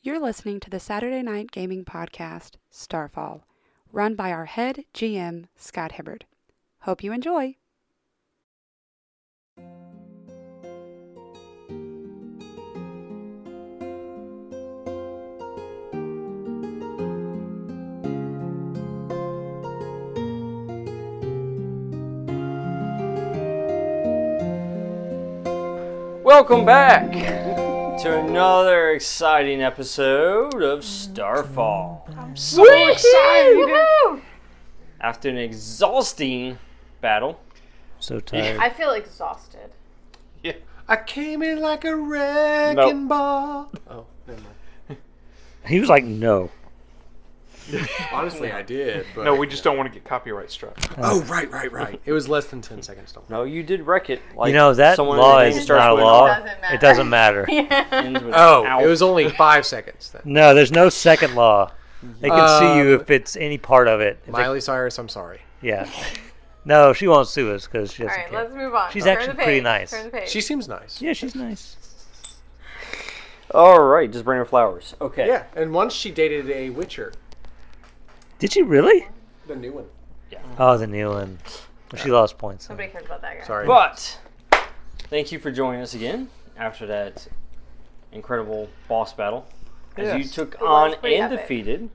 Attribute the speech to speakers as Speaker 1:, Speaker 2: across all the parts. Speaker 1: You're listening to the Saturday Night Gaming Podcast, Starfall, run by our head GM, Scott Hibbard. Hope you enjoy.
Speaker 2: Welcome back to another exciting episode of Starfall.
Speaker 3: So excited!
Speaker 2: After an exhausting battle,
Speaker 4: So tired.
Speaker 3: I feel exhausted.
Speaker 5: I came in like a wrecking ball. Oh, never mind.
Speaker 4: He was like, no.
Speaker 5: Honestly, I did. But...
Speaker 6: No, we just don't want to get copyright struck.
Speaker 5: Oh, right, right, right. It was less than ten seconds. Don't.
Speaker 2: no, you did wreck it. Like
Speaker 4: You know, that
Speaker 2: someone
Speaker 4: law
Speaker 2: in the game
Speaker 4: is
Speaker 2: starts
Speaker 4: not a
Speaker 2: with
Speaker 4: law.
Speaker 2: out,
Speaker 3: Doesn't matter.
Speaker 4: It doesn't matter.
Speaker 2: ends with
Speaker 5: Oh,
Speaker 2: out.
Speaker 5: it was only five seconds then.
Speaker 4: No, there's no second law. They can sue
Speaker 2: Uh,
Speaker 4: you if it's any part of it. If they-
Speaker 5: Miley Cyrus, I'm sorry.
Speaker 4: yeah. No, she won't sue us because she
Speaker 3: All
Speaker 4: doesn't
Speaker 3: right,
Speaker 4: care.
Speaker 3: let's move on.
Speaker 4: She's
Speaker 3: Turn
Speaker 4: actually
Speaker 3: the page.
Speaker 4: pretty nice.
Speaker 3: Turn the page.
Speaker 5: She seems nice.
Speaker 4: Yeah, she's nice.
Speaker 2: All right, just bring her flowers. Okay.
Speaker 5: Yeah, and once she dated a Witcher,
Speaker 4: Did she really?
Speaker 2: Mm-hmm.
Speaker 5: the new one.
Speaker 4: Oh, the new one. Well, She lost points. though.
Speaker 3: Nobody cares about that guy.
Speaker 5: Sorry.
Speaker 2: But thank you for joining us again after that incredible boss battle. As you
Speaker 6: Yes.
Speaker 2: took
Speaker 3: was
Speaker 2: on
Speaker 3: pretty
Speaker 2: and
Speaker 3: epic.
Speaker 2: defeated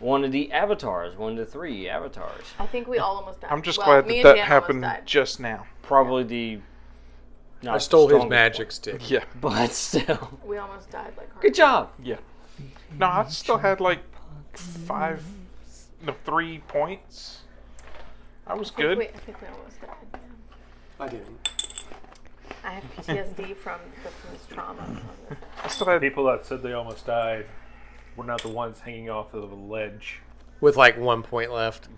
Speaker 2: one of the avatars, one of the three avatars.
Speaker 3: I think we all almost died.
Speaker 6: I'm just
Speaker 3: Well,
Speaker 6: glad
Speaker 3: me and
Speaker 6: that that
Speaker 3: Dan
Speaker 6: happened
Speaker 3: almost died.
Speaker 6: just now.
Speaker 2: Probably the. Not
Speaker 5: I stole
Speaker 2: the
Speaker 5: his
Speaker 2: strongest
Speaker 5: magic stick.
Speaker 6: Yeah,
Speaker 2: one, But still.
Speaker 3: We almost died like
Speaker 2: Good job.
Speaker 6: yeah. No, I still had like five, no, three points. I was
Speaker 3: Good.
Speaker 6: good.
Speaker 3: I think we almost died.
Speaker 5: I didn't.
Speaker 3: I have PTSD from, the, from this trauma. From this.
Speaker 6: I still had
Speaker 7: people that said they almost died were not the ones hanging off of the ledge.
Speaker 5: With like one point left.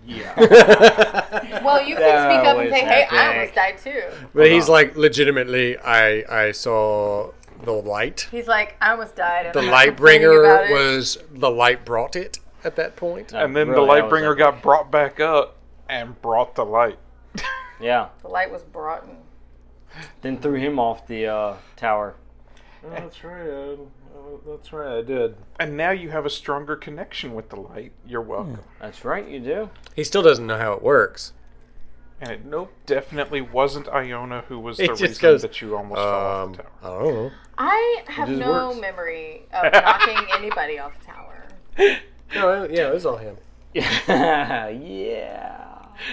Speaker 3: Well, you can
Speaker 2: That
Speaker 3: speak up and
Speaker 2: was
Speaker 3: say, "Hey, I
Speaker 2: epic.
Speaker 3: almost died too."
Speaker 5: But he's like legitimately. I I saw the light.
Speaker 3: He's like, "I almost died." And
Speaker 5: The
Speaker 3: I'm
Speaker 5: light
Speaker 3: complaining about
Speaker 5: bringer
Speaker 3: it."
Speaker 5: was the light brought it at that point.
Speaker 6: and then
Speaker 2: Really, that
Speaker 6: the
Speaker 2: was
Speaker 6: light bringer
Speaker 2: epic.
Speaker 6: got brought back up and brought the light.
Speaker 2: Yeah.
Speaker 3: The light was brought in.
Speaker 2: Then threw him off the uh, tower.
Speaker 7: that's right. I, that's right. I did.
Speaker 6: And now you have a stronger connection with the light. You're welcome.
Speaker 2: That's right, you do.
Speaker 5: He still doesn't know how it works.
Speaker 6: And it nope definitely wasn't Iona who was the
Speaker 5: It just
Speaker 6: reason
Speaker 5: goes,
Speaker 6: that you almost fell off
Speaker 5: Um,
Speaker 6: the tower.
Speaker 5: I don't
Speaker 3: Oh.
Speaker 5: know.
Speaker 3: I have
Speaker 2: just
Speaker 3: no
Speaker 2: works.
Speaker 3: memory of knocking anybody off the tower.
Speaker 5: No, yeah, it was all him.
Speaker 2: yeah.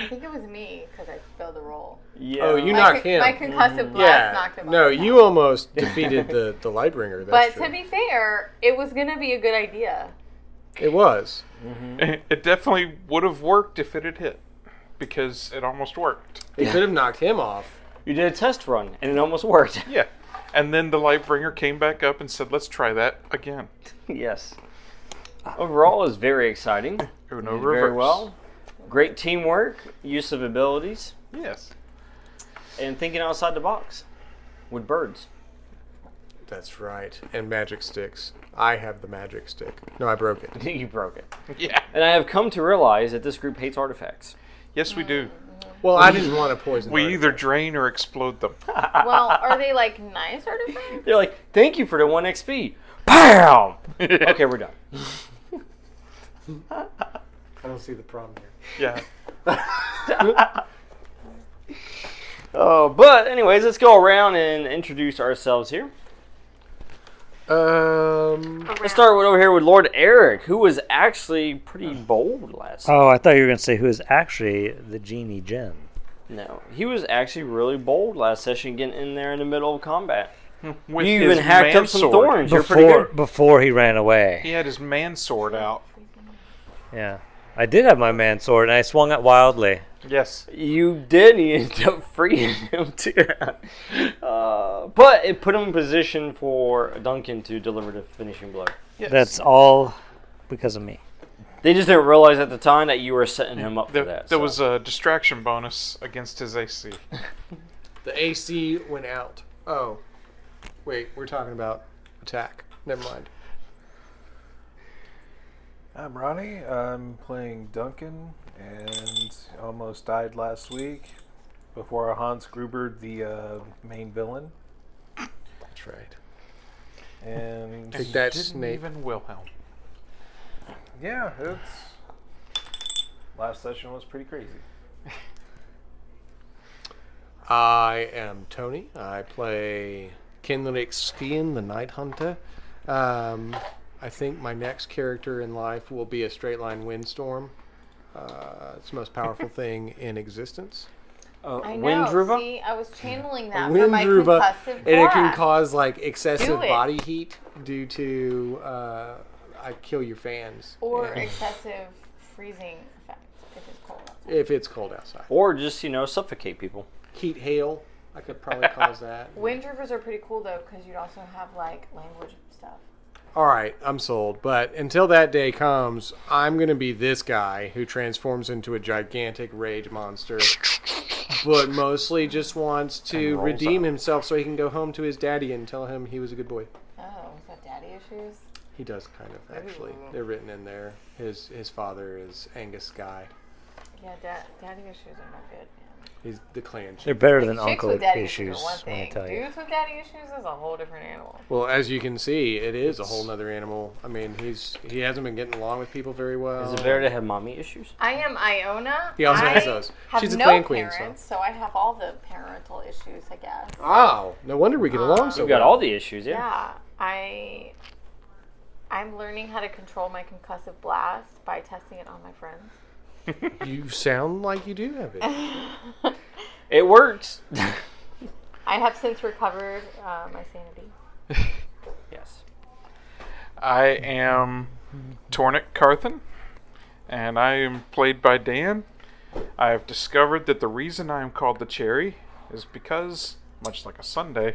Speaker 3: I think it was me because I failed the roll.
Speaker 2: Yeah.
Speaker 5: Oh, you
Speaker 3: My
Speaker 5: knocked
Speaker 3: con-
Speaker 5: him.
Speaker 3: My concussive blast knocked him.
Speaker 5: No,
Speaker 3: off.
Speaker 5: you almost defeated the the Lightbringer.
Speaker 3: But
Speaker 5: That's
Speaker 3: to be fair, it was gonna be a good idea.
Speaker 5: it was.
Speaker 6: It definitely would have worked if it had hit, because it almost worked.
Speaker 5: It could have knocked him off.
Speaker 2: You did a test run, and it almost worked.
Speaker 6: Yeah. And then the Lightbringer came back up and said, let's try that again.
Speaker 2: yes. Overall, it was very exciting.
Speaker 6: Uno Oh, reverse.
Speaker 2: Very well. Great teamwork, use of abilities,
Speaker 6: Yes.
Speaker 2: and thinking outside the box with birds.
Speaker 5: That's right. And magic sticks. I have the magic stick. No, I broke it.
Speaker 2: you broke it.
Speaker 6: Yeah.
Speaker 2: And I have come to realize that this group hates artifacts.
Speaker 6: Yes, we do.
Speaker 5: Well, I didn't want to poison.
Speaker 6: We
Speaker 5: her.
Speaker 6: either drain or explode them.
Speaker 3: Well, are they like nice artifacts?
Speaker 2: They're like, thank you for the 1 XP. Bam! okay, we're done.
Speaker 5: I don't see the problem here.
Speaker 6: Yeah.
Speaker 2: Oh, but anyways, let's go around and introduce ourselves here.
Speaker 5: Um,
Speaker 2: Let's start with over here with Lord Eric, who was actually pretty bold last.
Speaker 4: Oh, I thought you were going to say who is actually the genie Jim.
Speaker 2: No, he was actually really bold last session, getting in there in the middle of combat.
Speaker 6: With
Speaker 2: you
Speaker 6: his
Speaker 2: even hacked
Speaker 6: man
Speaker 2: up some
Speaker 6: sword.
Speaker 2: thorns. You're pretty
Speaker 4: Before,
Speaker 2: good.
Speaker 4: before he ran away.
Speaker 6: He had his man sword out.
Speaker 4: Yeah. I did have my man sword and I swung it wildly.
Speaker 6: Yes.
Speaker 2: You did. and You ended up freeing him too. Uh, but it put him in position for Duncan to deliver the finishing blow.
Speaker 6: yes.
Speaker 4: That's all because of me.
Speaker 2: They just didn't realize at the time that you were setting him up
Speaker 6: There,
Speaker 2: for that.
Speaker 6: there
Speaker 2: so.
Speaker 6: was a distraction bonus against his AC.
Speaker 5: the AC went out. Oh, wait, we're talking about attack. Never mind.
Speaker 7: I'm Ronnie. I'm playing Duncan, and almost died last week before Hans Gruber, the uh, main villain.
Speaker 5: That's right.
Speaker 7: And
Speaker 5: Take
Speaker 6: You
Speaker 5: that,
Speaker 6: didn't
Speaker 5: Snape.
Speaker 6: Even Wilhelm.
Speaker 7: yeah, it's last session was pretty crazy.
Speaker 5: I am Tony. I play Kenrick Steen, the Night Hunter. Um, I think my next character in life will be a straight line windstorm. Uh, it's the most powerful thing in existence.
Speaker 2: Uh,
Speaker 3: I know.
Speaker 2: Windruva?
Speaker 3: See, I was channeling that for my
Speaker 5: Windruva,
Speaker 3: concussive
Speaker 5: and it can
Speaker 3: aura.
Speaker 5: cause like excessive
Speaker 3: it.
Speaker 5: body heat due to uh, I kill your fans
Speaker 3: or
Speaker 5: and-
Speaker 3: excessive freezing effect if it's cold. outside.
Speaker 5: if it's cold outside.
Speaker 2: Or just, you know, suffocate people.
Speaker 5: Heat hail, I could probably cause that.
Speaker 3: Wind rivers are pretty cool though, because you'd also have like language stuff.
Speaker 5: all right, I'm sold. But until that day comes, I'm going to be this guy who transforms into a gigantic rage monster, but mostly just wants to
Speaker 6: rolls
Speaker 5: redeem
Speaker 6: up.
Speaker 5: himself so he can go home to his daddy and tell him he was a good boy.
Speaker 3: Oh, is that daddy issues?
Speaker 5: He does kind of actually. They're written in there. His his father is Angus Sky.
Speaker 3: Yeah, da- daddy issues are not good. man.
Speaker 5: He's the clan
Speaker 4: They're
Speaker 5: chief.
Speaker 4: better than
Speaker 3: Chicks
Speaker 4: uncle
Speaker 3: with daddy
Speaker 4: issues.
Speaker 3: issues are one
Speaker 4: Let
Speaker 3: thing.
Speaker 4: me tell you.
Speaker 3: Dudes with daddy issues is a whole different animal.
Speaker 5: Well, as you can see, it is a whole nother animal. I mean, he's he hasn't been getting along with people very well.
Speaker 2: Is it better to have mommy issues?
Speaker 3: I am Iona.
Speaker 5: He also
Speaker 3: I
Speaker 5: has those.
Speaker 3: Have
Speaker 5: She's a
Speaker 3: no
Speaker 5: clan queen, so-
Speaker 3: parents, so. I have all the parental issues, I guess.
Speaker 5: Oh, no wonder we get along so
Speaker 2: You've got
Speaker 5: well.
Speaker 2: all the issues, yeah?
Speaker 3: Yeah, I I'm learning how to control my concussive blast by testing it on my friends.
Speaker 5: You sound like you do have it.
Speaker 2: It works.
Speaker 3: I have since recovered uh, my sanity.
Speaker 2: yes.
Speaker 6: I am Tornik Carthen, and I am played by Dan. I have discovered that the reason I am called the Cherry is because, much like a Sunday,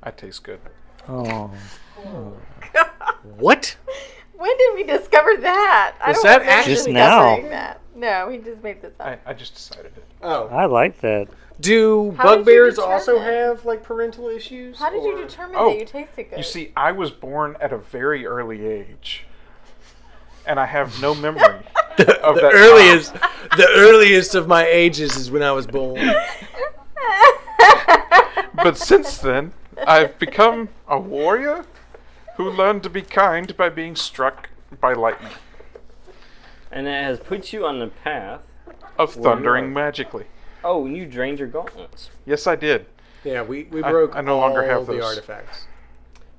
Speaker 6: I taste good.
Speaker 4: Oh.
Speaker 5: What?
Speaker 3: When did we discover that? I
Speaker 5: Was
Speaker 3: don't
Speaker 5: that
Speaker 3: remember
Speaker 5: actually-
Speaker 4: Just
Speaker 3: discovering
Speaker 4: now.
Speaker 3: That. No, he just made this up.
Speaker 6: I, I just decided it.
Speaker 5: Oh.
Speaker 4: I like that.
Speaker 5: Do
Speaker 3: How did you
Speaker 5: bugbears also
Speaker 3: determine?
Speaker 5: have like parental issues?
Speaker 3: How did
Speaker 5: or-
Speaker 3: you determine
Speaker 6: Oh,
Speaker 3: that you tasted good?
Speaker 6: You see, I was born at a very early age, and I have no memory of that.
Speaker 5: Earliest, the earliest of my ages is when I was born.
Speaker 6: time. But since then, I've become a warrior who learned to be kind by being struck by lightning
Speaker 2: And it has put you on the path.
Speaker 6: of
Speaker 2: Warrior.
Speaker 6: thundering magically.
Speaker 2: Oh, and you drained your gauntlets.
Speaker 6: Yes, I did.
Speaker 5: Yeah, we, we
Speaker 6: I-
Speaker 5: broke
Speaker 6: I no longer
Speaker 5: all
Speaker 6: have
Speaker 5: the
Speaker 6: those.
Speaker 5: artifacts.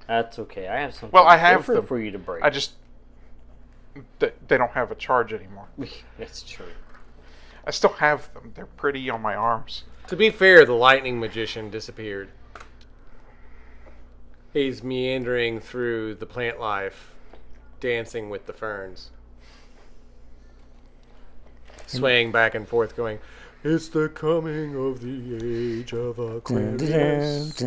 Speaker 2: That's okay. I have something
Speaker 6: Well, I have
Speaker 2: different
Speaker 6: them.
Speaker 2: for you to break.
Speaker 6: I just they, they don't have a charge anymore.
Speaker 2: That's true.
Speaker 6: I still have them. They're pretty on my arms.
Speaker 5: To be fair, the lightning magician disappeared. He's meandering through the plant life, dancing with the ferns, swaying back and forth, going, It's the coming of the age of Aquarius.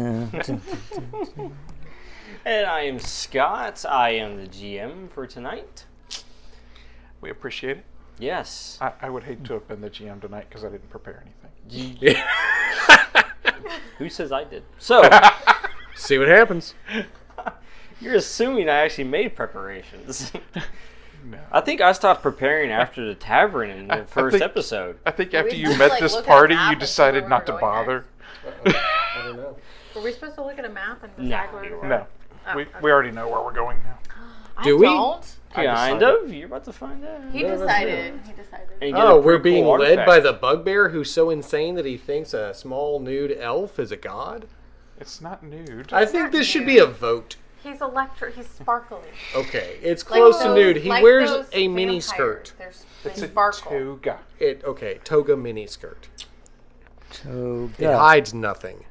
Speaker 2: And I am Scott. I am the GM for tonight.
Speaker 6: We appreciate it.
Speaker 2: Yes.
Speaker 6: I, I would hate to have been the GM tonight because I didn't prepare anything.
Speaker 2: Who says I did? So,
Speaker 5: See what happens.
Speaker 2: you're assuming I actually made preparations.
Speaker 6: No.
Speaker 2: I think I stopped preparing after the tavern in the
Speaker 6: I- I
Speaker 2: first
Speaker 6: think-
Speaker 2: episode.
Speaker 6: I think after
Speaker 3: we
Speaker 6: you
Speaker 3: just,
Speaker 6: met
Speaker 3: like,
Speaker 6: this
Speaker 3: look at
Speaker 6: party,
Speaker 3: a map
Speaker 6: you
Speaker 3: and see
Speaker 6: decided
Speaker 3: where
Speaker 6: not
Speaker 3: we're
Speaker 6: to
Speaker 3: going
Speaker 6: bother.
Speaker 5: I don't know.
Speaker 3: Were we supposed to look at a map and Oh,
Speaker 2: Nah,
Speaker 3: decide where
Speaker 2: you
Speaker 3: we
Speaker 2: were.
Speaker 3: were?
Speaker 6: No, we, we already know where we're going now.
Speaker 3: I
Speaker 5: Do we?
Speaker 3: Don't.
Speaker 2: Kind
Speaker 6: decided-
Speaker 2: of. You're about to find out.
Speaker 3: He
Speaker 5: None of us
Speaker 3: decided. He decided.
Speaker 2: And you get a
Speaker 5: Oh, we're
Speaker 2: pretty
Speaker 5: being
Speaker 2: cool
Speaker 5: led
Speaker 2: artifact.
Speaker 5: by the bugbear who's so insane that he thinks a small nude elf is a god?
Speaker 6: It's not nude.
Speaker 5: I think this should be a vote.
Speaker 3: He's electric. He's sparkly.
Speaker 5: Okay, it's close to
Speaker 3: those-
Speaker 5: nude. He
Speaker 3: like
Speaker 5: wears
Speaker 3: those
Speaker 5: a mini
Speaker 3: vampires.
Speaker 5: skirt.
Speaker 3: They're s- They
Speaker 6: it's a
Speaker 3: sparkle.
Speaker 6: toga.
Speaker 5: It okay, toga mini skirt.
Speaker 4: So
Speaker 5: It hides nothing.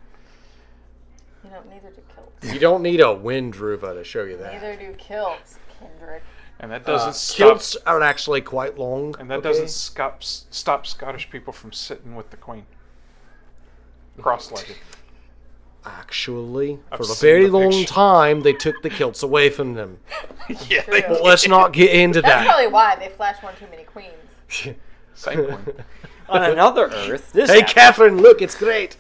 Speaker 3: You know, neither do kilts.
Speaker 5: You don't need a wind druva to show you that.
Speaker 3: Neither do kilts, Kendrick.
Speaker 6: And that doesn't
Speaker 5: Uh,
Speaker 6: stop.
Speaker 5: kilts are actually quite long.
Speaker 6: And that
Speaker 5: okay?
Speaker 6: doesn't stop stop Scottish people from sitting with the Queen. Cross-legged.
Speaker 5: actually
Speaker 6: I've
Speaker 5: for a
Speaker 6: seen
Speaker 5: very
Speaker 6: the
Speaker 5: long
Speaker 6: picture.
Speaker 5: time they took the kilts away from them.
Speaker 6: yeah, they
Speaker 5: But let's not get into
Speaker 3: That's
Speaker 5: that.
Speaker 3: probably why they flash one too many queens.
Speaker 6: same Queen.
Speaker 2: on another Earth. This
Speaker 5: Hey,
Speaker 2: happened.
Speaker 5: Catherine, look, it's great.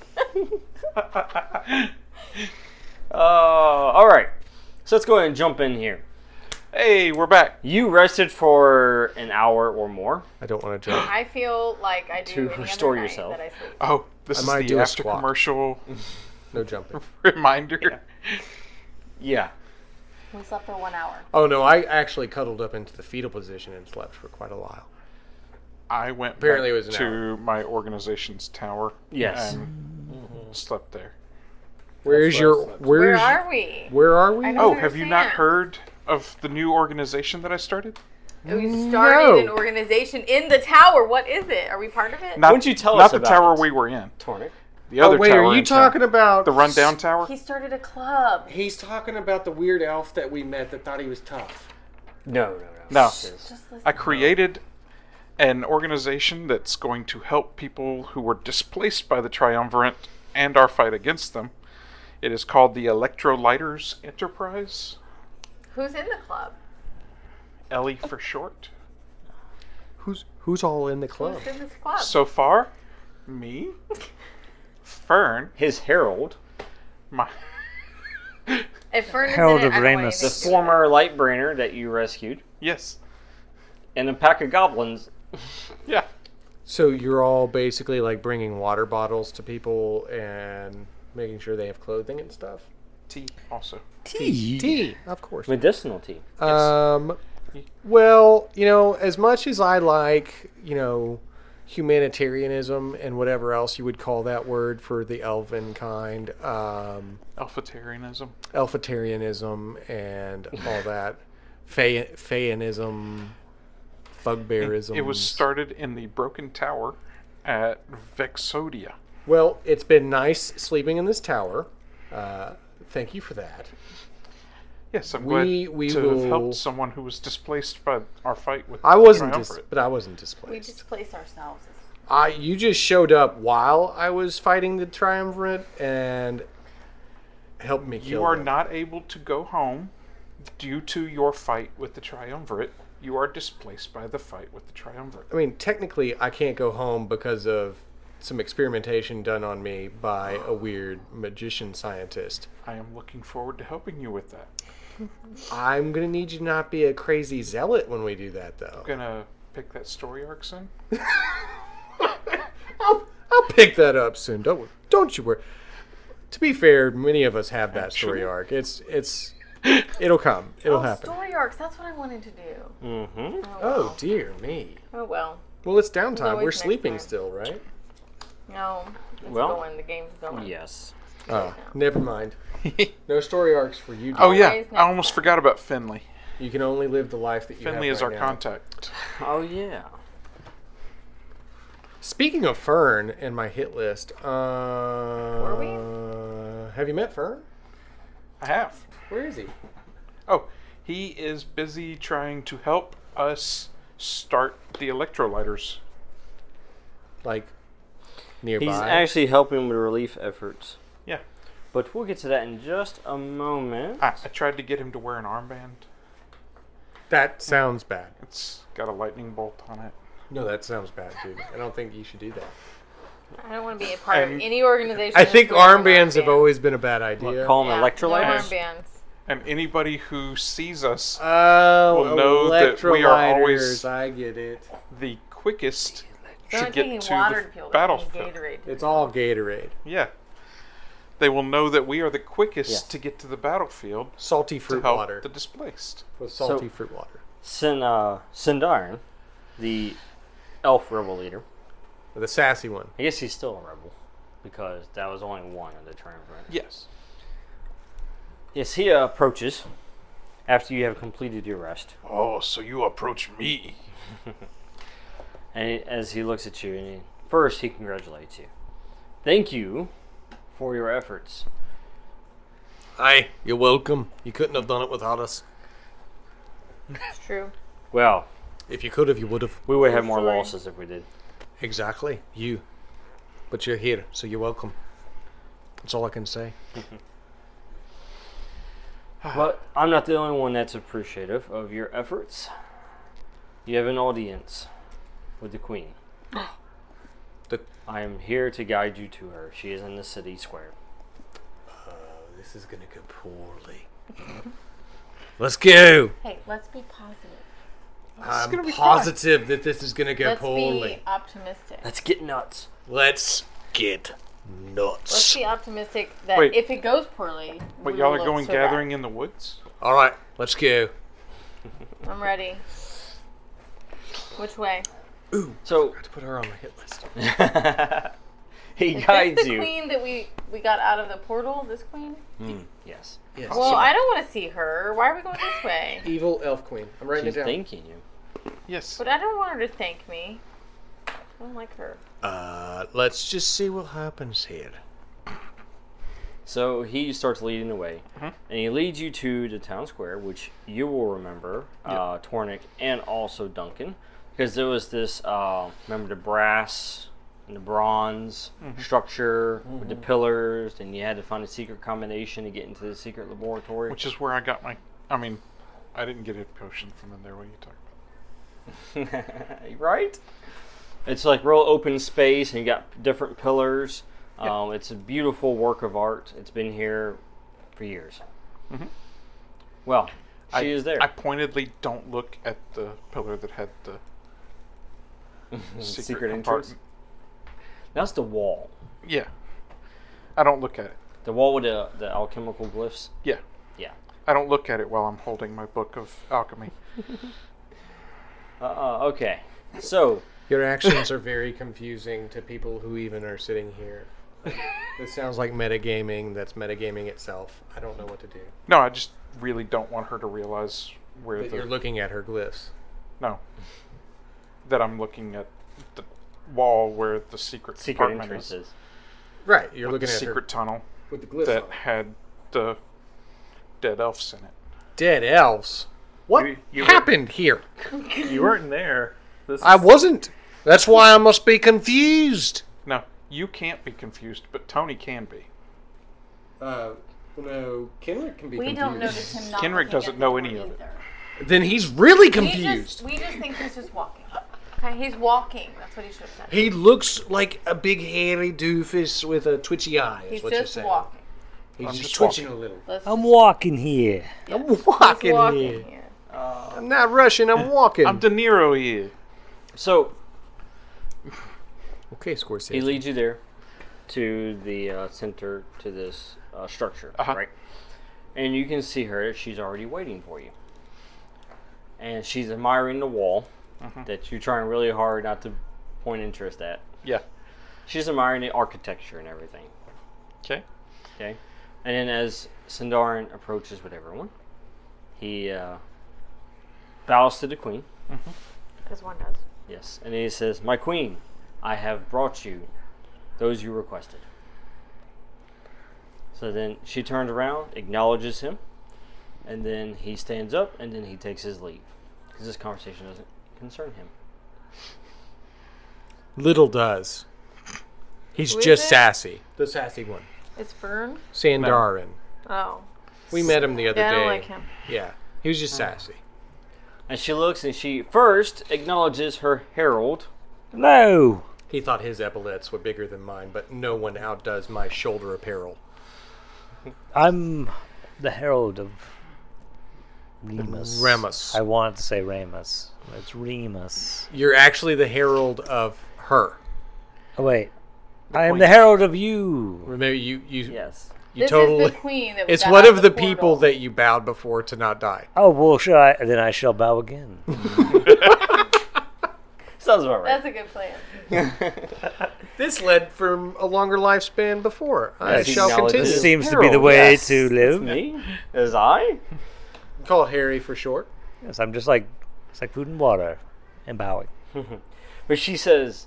Speaker 2: Uh, all right. So let's go ahead and jump in here.
Speaker 6: hey, we're back.
Speaker 2: You rested for an hour or more.
Speaker 5: I don't want to jump.
Speaker 3: I feel like I do.
Speaker 2: To
Speaker 3: any
Speaker 2: restore
Speaker 3: other night
Speaker 2: yourself.
Speaker 3: That I sleep.
Speaker 6: Oh, this
Speaker 5: might
Speaker 6: is
Speaker 5: do
Speaker 6: the
Speaker 5: a
Speaker 6: after
Speaker 5: squat.
Speaker 6: commercial
Speaker 5: No jumping.
Speaker 6: reminder.
Speaker 2: Yeah.
Speaker 3: We slept for one hour.
Speaker 5: Oh no, I actually cuddled up into the fetal position and slept for quite a while.
Speaker 6: I went
Speaker 5: Apparently
Speaker 6: back
Speaker 5: it was an
Speaker 6: to
Speaker 5: hour.
Speaker 6: my organization's tower.
Speaker 2: Yes.
Speaker 5: Um,
Speaker 6: And slept there.
Speaker 5: Where's your
Speaker 3: Where
Speaker 5: where's
Speaker 3: are we?
Speaker 5: where are we?
Speaker 3: I don't
Speaker 6: Oh, have you not
Speaker 3: understand.
Speaker 6: heard of the new organization that I started?
Speaker 3: We started
Speaker 5: No.
Speaker 3: an organization in the tower. What is it? Are we part of it?
Speaker 6: Not,
Speaker 2: don't you tell
Speaker 6: not
Speaker 2: us
Speaker 6: the
Speaker 2: about
Speaker 6: tower
Speaker 2: it?
Speaker 6: we were in.
Speaker 2: Tornik.
Speaker 6: The other
Speaker 5: oh, wait,
Speaker 6: tower.
Speaker 5: are you
Speaker 6: in town.
Speaker 5: talking about
Speaker 6: the rundown tower?
Speaker 3: He started a club.
Speaker 5: He's talking about the weird elf that we met that thought he was tough.
Speaker 2: No, no, no.
Speaker 6: No.
Speaker 3: Just listen.
Speaker 6: I created an organization that's going to help people who were displaced by the Triumvirate and our fight against them. It is called the Electrolyters Enterprise,
Speaker 3: Who's in the club?
Speaker 6: Ellie for short.
Speaker 5: Who's who's all in the club?
Speaker 3: Who's in this club?
Speaker 6: So far, me, Fern,
Speaker 2: His herald,
Speaker 6: my
Speaker 3: if Fern is in
Speaker 4: Herald
Speaker 3: it,
Speaker 4: of
Speaker 3: I don't want
Speaker 4: Ramus.
Speaker 2: the
Speaker 3: anything to do with
Speaker 2: former Lightbringer that you rescued,
Speaker 6: yes,
Speaker 2: and a pack of goblins.
Speaker 6: yeah,
Speaker 5: So you're all basically like bringing water bottles to people and making sure they have clothing and stuff.
Speaker 6: T also.
Speaker 5: Tea, of course.
Speaker 2: Medicinal tea.
Speaker 5: Um, well, you know, as much as I like, you know, humanitarianism and whatever else you would call that word for the elven kind, um,
Speaker 6: Alphatarianism.
Speaker 5: elfitarianism and all that, Fey- Feyanism, bugbearism.
Speaker 6: It was started in the Broken Tower at Vexodia.
Speaker 5: Well, it's been nice sleeping in this tower. Uh, thank you for that.
Speaker 6: Yes, I'm
Speaker 5: We-
Speaker 6: glad
Speaker 5: we
Speaker 6: to have
Speaker 5: will-
Speaker 6: helped someone who was displaced by our fight with.
Speaker 5: I
Speaker 6: the
Speaker 5: wasn't, dis-
Speaker 6: Triumvirate.
Speaker 5: but I wasn't
Speaker 3: We
Speaker 5: displaced.
Speaker 3: just place ourselves.
Speaker 5: I you just showed up while I was fighting the triumvirate and helped me kill.
Speaker 6: You are
Speaker 5: them.
Speaker 6: not able to go home due to your fight with the Triumvirate. You are displaced by the fight with the Triumvirate.
Speaker 5: I mean, technically, I can't go home because of some experimentation done on me by a weird magician scientist.
Speaker 6: I am looking forward to helping you with that.
Speaker 5: I'm gonna need you to not be a crazy zealot when we do that, though.
Speaker 6: Gonna pick that story arc soon.
Speaker 5: I'll, I'll pick that up soon. Don't don't you worry. To be fair, many of us have that story
Speaker 6: Actually.
Speaker 5: arc. It's it's it'll come. It'll
Speaker 3: Oh,
Speaker 5: happen.
Speaker 3: story arcs. That's what I wanted to do.
Speaker 2: Mm-hmm.
Speaker 5: Oh dear me.
Speaker 3: Oh well.
Speaker 5: Well, it's downtime.
Speaker 3: always
Speaker 5: We're
Speaker 3: next
Speaker 5: sleeping
Speaker 3: time.
Speaker 5: still, right?
Speaker 3: No. It's
Speaker 2: Well,
Speaker 3: going. The game's going.
Speaker 2: Yes.
Speaker 5: Oh, never mind. No story arcs for you.
Speaker 6: oh
Speaker 5: dude.
Speaker 6: yeah,
Speaker 3: Always
Speaker 6: I almost forgot about Finley.
Speaker 5: You can only live the life that you
Speaker 6: Finley
Speaker 5: have
Speaker 6: is
Speaker 5: right
Speaker 6: our
Speaker 5: now.
Speaker 6: contact.
Speaker 2: Oh yeah.
Speaker 5: Speaking of Fern and my hit list, uh,
Speaker 3: we?
Speaker 5: Have you met Fern?
Speaker 6: I have.
Speaker 5: Where is he?
Speaker 6: Oh, he is busy trying to help us start the electrolyters.
Speaker 5: Like
Speaker 2: He's
Speaker 5: nearby.
Speaker 2: actually helping with relief efforts.
Speaker 6: Yeah.
Speaker 2: But we'll get to that in just a moment.
Speaker 5: Ah.
Speaker 6: I, I tried to get him to wear an armband.
Speaker 5: that sounds bad.
Speaker 6: It's got a lightning bolt on it.
Speaker 5: No, that sounds bad, dude. I don't think you should do that.
Speaker 3: I don't want to be a part of
Speaker 6: And-
Speaker 3: any organization.
Speaker 5: I
Speaker 3: that's
Speaker 5: think
Speaker 3: wearing an
Speaker 5: armbands have
Speaker 3: armband.
Speaker 5: always been a bad idea.
Speaker 2: What, call
Speaker 3: Yeah,
Speaker 2: him
Speaker 3: no
Speaker 2: electrolytes?
Speaker 3: armbands.
Speaker 6: And anybody who sees us
Speaker 5: Oh,
Speaker 6: Well, know that we are always-
Speaker 5: electrolyters, I get it.
Speaker 6: the quickest
Speaker 3: They're
Speaker 6: to
Speaker 3: not
Speaker 6: get
Speaker 3: taking
Speaker 6: to
Speaker 3: water
Speaker 6: the
Speaker 3: people. They're taking
Speaker 6: battlefield.
Speaker 3: Gatorade.
Speaker 5: It's all Gatorade.
Speaker 6: Yeah. They will know that we are the quickest
Speaker 2: Yeah.
Speaker 6: to get to the battlefield
Speaker 5: Salty
Speaker 6: to
Speaker 5: fruit
Speaker 6: help
Speaker 5: water.
Speaker 6: the displaced.
Speaker 5: With salty fruit water.
Speaker 2: Sin, uh, Sindarin, the elf rebel leader.
Speaker 5: The sassy one.
Speaker 2: I guess he's still a rebel because that was only one of the triumvirate.
Speaker 6: Yes.
Speaker 2: Yes, he uh, approaches after you have completed your rest,
Speaker 6: Oh, so you approach me.
Speaker 2: and he- as he looks at you, and he, first he congratulates you. Thank you for your efforts.
Speaker 5: Hi, you're welcome. You couldn't have done it without us.
Speaker 3: It's true.
Speaker 2: Well,
Speaker 5: If you could have, you would have.
Speaker 2: we would have more
Speaker 3: Sorry.
Speaker 2: losses if we did.
Speaker 5: Exactly. You. But you're here, so you're welcome. That's all I can say. Ah.
Speaker 2: But I'm not the only one that's appreciative of your efforts. You have an audience with the Queen.
Speaker 3: Ah.
Speaker 5: The-
Speaker 2: I am here to guide you to her. She is in the city square.
Speaker 5: This is gonna go poorly. Let's go.
Speaker 3: Hey, let's be positive.
Speaker 5: I'm positive that this is gonna go
Speaker 3: Let's
Speaker 5: poorly.
Speaker 3: be optimistic.
Speaker 2: Let's get nuts.
Speaker 5: Let's get nuts.
Speaker 3: Let's be optimistic that
Speaker 6: Wait.
Speaker 3: if it goes poorly,
Speaker 6: But
Speaker 3: we
Speaker 6: y'all
Speaker 3: will
Speaker 6: are
Speaker 3: look
Speaker 6: going
Speaker 3: so bad.
Speaker 6: gathering in the woods?
Speaker 5: All right, let's go.
Speaker 3: I'm ready. Which way?
Speaker 2: So
Speaker 5: To put her on my hit list.
Speaker 2: he
Speaker 3: Is
Speaker 2: guides
Speaker 3: this the
Speaker 2: you.
Speaker 3: queen that we we got out of the portal? This queen?
Speaker 2: Yes.
Speaker 3: Well, I don't want to see her. Why are we going this way?
Speaker 5: Evil elf queen. I'm writing
Speaker 2: She's
Speaker 5: it down.
Speaker 2: thanking you.
Speaker 6: Yes.
Speaker 3: But I don't want her to thank me. I don't like her.
Speaker 5: Uh, let's just see what happens here.
Speaker 2: So he starts leading the way, and he leads you to the town square, which you will remember, uh, Tornik and also Duncan, because there was this. Uh, remember the brass and the bronze structure with
Speaker 5: Mm-hmm.
Speaker 2: the pillars, and you had to find a secret combination to get into the secret laboratory.
Speaker 6: Which is where I got my. I mean, I didn't get a potion from in there. What are you talking about?
Speaker 2: right? It's like real open space, and you got different pillars. Um, it's a beautiful work of art. It's been here for years. Well, she
Speaker 6: Mm-hmm. I,
Speaker 2: is there.
Speaker 6: I pointedly don't look at the pillar that had the secret,
Speaker 2: Secret entrance?
Speaker 6: compartment.
Speaker 2: That's the wall.
Speaker 6: Yeah. I don't look at it.
Speaker 2: The wall with the, the alchemical glyphs.
Speaker 6: Yeah.
Speaker 2: Yeah.
Speaker 6: I don't look at it while I'm holding my book of alchemy.
Speaker 2: Uh, uh, okay. So,
Speaker 5: Your actions are very confusing to people who even are sitting here. this sounds like metagaming. That's metagaming itself. I don't know what to do.
Speaker 6: No, I just really don't want her to realize where
Speaker 5: But
Speaker 6: the
Speaker 5: you're looking at her glyphs.
Speaker 6: no that I'm looking at the wall where the secret
Speaker 2: secret
Speaker 6: compartment is.
Speaker 2: entrances.
Speaker 5: Right, you're
Speaker 6: The
Speaker 5: looking at
Speaker 6: secret tunnel
Speaker 5: her with the glyphs.
Speaker 6: that
Speaker 5: on.
Speaker 6: had the dead elves in it.
Speaker 5: Dead elves. What
Speaker 4: You- you were-
Speaker 5: happened here?
Speaker 4: You weren't there. This
Speaker 5: I wasn't. That's why I must be confused.
Speaker 6: No, you can't be confused, but Tony can be.
Speaker 5: Uh, no, Kenrick can be
Speaker 3: We don't notice him not. looking
Speaker 6: Kenrick
Speaker 3: at
Speaker 6: doesn't
Speaker 3: the
Speaker 6: know
Speaker 3: door
Speaker 6: any of it.
Speaker 3: either.
Speaker 5: Then he's really
Speaker 3: He just,
Speaker 5: confused.
Speaker 3: we just think he's just walking. Okay, he's walking. That's what he should have said.
Speaker 5: He looks like a big hairy doofus with a twitchy eye. Is
Speaker 3: He's
Speaker 5: what you're
Speaker 3: just
Speaker 5: saying.
Speaker 3: walking.
Speaker 5: He's
Speaker 6: I'm
Speaker 5: just,
Speaker 6: just
Speaker 5: twitching a little.
Speaker 3: Let's
Speaker 4: I'm walking here.
Speaker 5: I'm
Speaker 3: just- he's
Speaker 5: walking,
Speaker 3: walking
Speaker 5: here.
Speaker 3: here.
Speaker 5: I'm not rushing. I'm walking.
Speaker 6: I'm De Niro here.
Speaker 2: So,
Speaker 5: okay, Scorsese.
Speaker 2: he leads you there to the uh, center to this uh, structure,
Speaker 6: Uh-huh.
Speaker 2: right? And you can see her. She's already waiting for you. And she's admiring the wall
Speaker 5: Mm-hmm.
Speaker 2: that you're trying really hard not to point interest at.
Speaker 6: Yeah.
Speaker 2: She's admiring the architecture and everything.
Speaker 6: Okay.
Speaker 2: Okay. And then as Sindarin approaches with everyone, he uh, bows to the queen.
Speaker 3: As one does.
Speaker 2: Yes. And he says, My queen, I have brought you those you requested. So then she turns around, acknowledges him, and then he stands up and then he takes his leave. Because this conversation doesn't concern him.
Speaker 5: Little does. He's
Speaker 3: Who is
Speaker 5: just
Speaker 3: it?
Speaker 5: sassy. The sassy one.
Speaker 3: It's Fern.
Speaker 5: Sandarin.
Speaker 3: Oh,
Speaker 5: We met him the other
Speaker 3: yeah, I
Speaker 5: day.
Speaker 3: don't like him.
Speaker 5: Yeah, he was just sassy.
Speaker 2: And she looks and she first acknowledges her herald.
Speaker 4: Hello.
Speaker 5: He thought his epaulets were bigger than mine, but no one outdoes my shoulder apparel.
Speaker 4: I'm the herald of Remus.
Speaker 5: Remus.
Speaker 4: I wanted to say Remus. It's Remus.
Speaker 5: You're actually the herald of her.
Speaker 4: Oh wait. I am
Speaker 6: point.
Speaker 4: the herald of you.
Speaker 5: Remember, you you
Speaker 2: Yes.
Speaker 5: you
Speaker 3: This
Speaker 5: totally.
Speaker 3: is the queen that we
Speaker 5: it's
Speaker 3: got
Speaker 5: one
Speaker 3: out
Speaker 5: of the
Speaker 3: portal.
Speaker 5: people that you bowed before to not die.
Speaker 4: Oh well, shall I? Then I shall bow again.
Speaker 2: Sounds about right.
Speaker 3: That's a good plan.
Speaker 5: This led from a longer lifespan before. I
Speaker 2: As he
Speaker 5: shall
Speaker 2: acknowledges-
Speaker 5: continue.
Speaker 4: This seems to be the
Speaker 2: Herald,
Speaker 4: way
Speaker 2: yes.
Speaker 4: to live.
Speaker 2: Me? As I?
Speaker 5: Call it Harry for short.
Speaker 4: Yes, I'm just like it's like food and water, and bowing.
Speaker 2: But she says,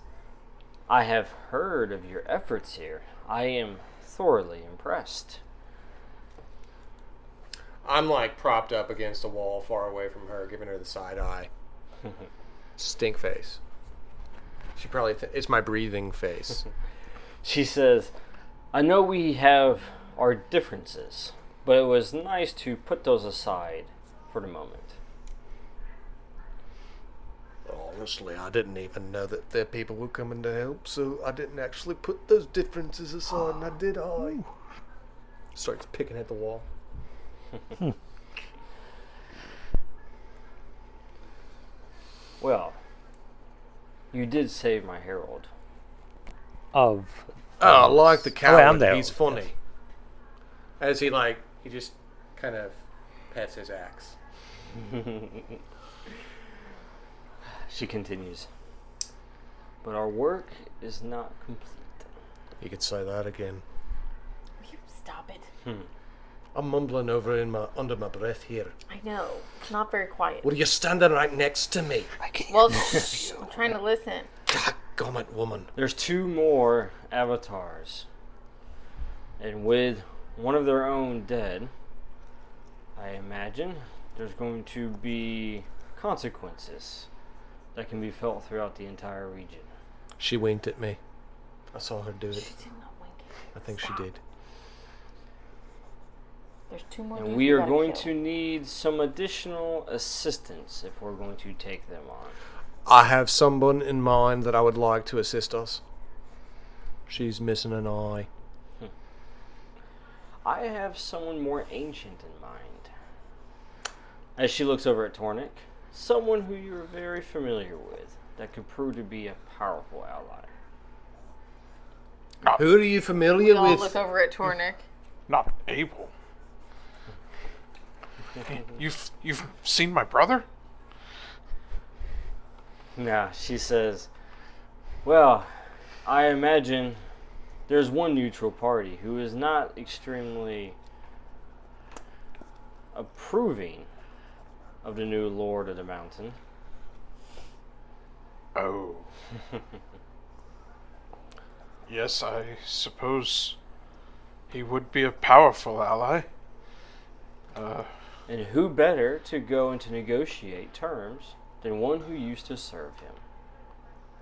Speaker 2: I have heard of your efforts here. I am thoroughly impressed.
Speaker 5: I'm like propped up against a wall, far away from her, giving her the side eye. Stink face. She probably th- it's my breathing face.
Speaker 2: She says, I know we have our differences, but it was nice to put those aside for the moment.
Speaker 5: Honestly, I didn't even know that their people were coming to help, so I didn't actually put those differences aside. Now did I? Starts picking at the wall.
Speaker 2: Well, you did save my herald.
Speaker 4: Of
Speaker 5: Oh, I like the
Speaker 4: Oh,
Speaker 5: coward.
Speaker 4: wait, I'm there.
Speaker 5: He's funny. As he like, he just kind of
Speaker 8: pets his axe.
Speaker 2: She continues. But our work is not complete.
Speaker 5: You could say that again.
Speaker 3: Will you stop it?
Speaker 5: I'm mumbling over in my under my breath here.
Speaker 3: I know. It's not very quiet.
Speaker 5: Well, you're standing right next to me.
Speaker 3: Well, shh, I'm trying to listen.
Speaker 5: Dadgummit, woman.
Speaker 2: There's two more avatars. And with one of their own dead, I imagine there's going to be consequences that can be felt throughout the entire region.
Speaker 5: She winked at me. I saw her do it.
Speaker 3: She did not wink at you.
Speaker 5: I think she did.
Speaker 3: There's two more.
Speaker 2: And
Speaker 3: dudes
Speaker 2: we are
Speaker 3: gotta
Speaker 2: going
Speaker 3: kill.
Speaker 2: to need some additional assistance if we're going to take them on.
Speaker 5: I have someone in mind that I would like to assist us. She's missing an eye.
Speaker 2: I have someone more ancient in mind. As she looks over at Tornik, someone who you're very familiar with that could prove to be a powerful ally.
Speaker 5: Who are you familiar
Speaker 3: We all look
Speaker 5: with?
Speaker 3: over at Tornik.
Speaker 6: Not able. You've you've seen my brother?
Speaker 2: Now she says, Well, I imagine there's one neutral party who is not extremely approving of the new Lord of the Mountain.
Speaker 6: Oh. yes, I suppose he would be a powerful ally. Uh,
Speaker 2: And who better to go and to negotiate terms than one who used to serve him?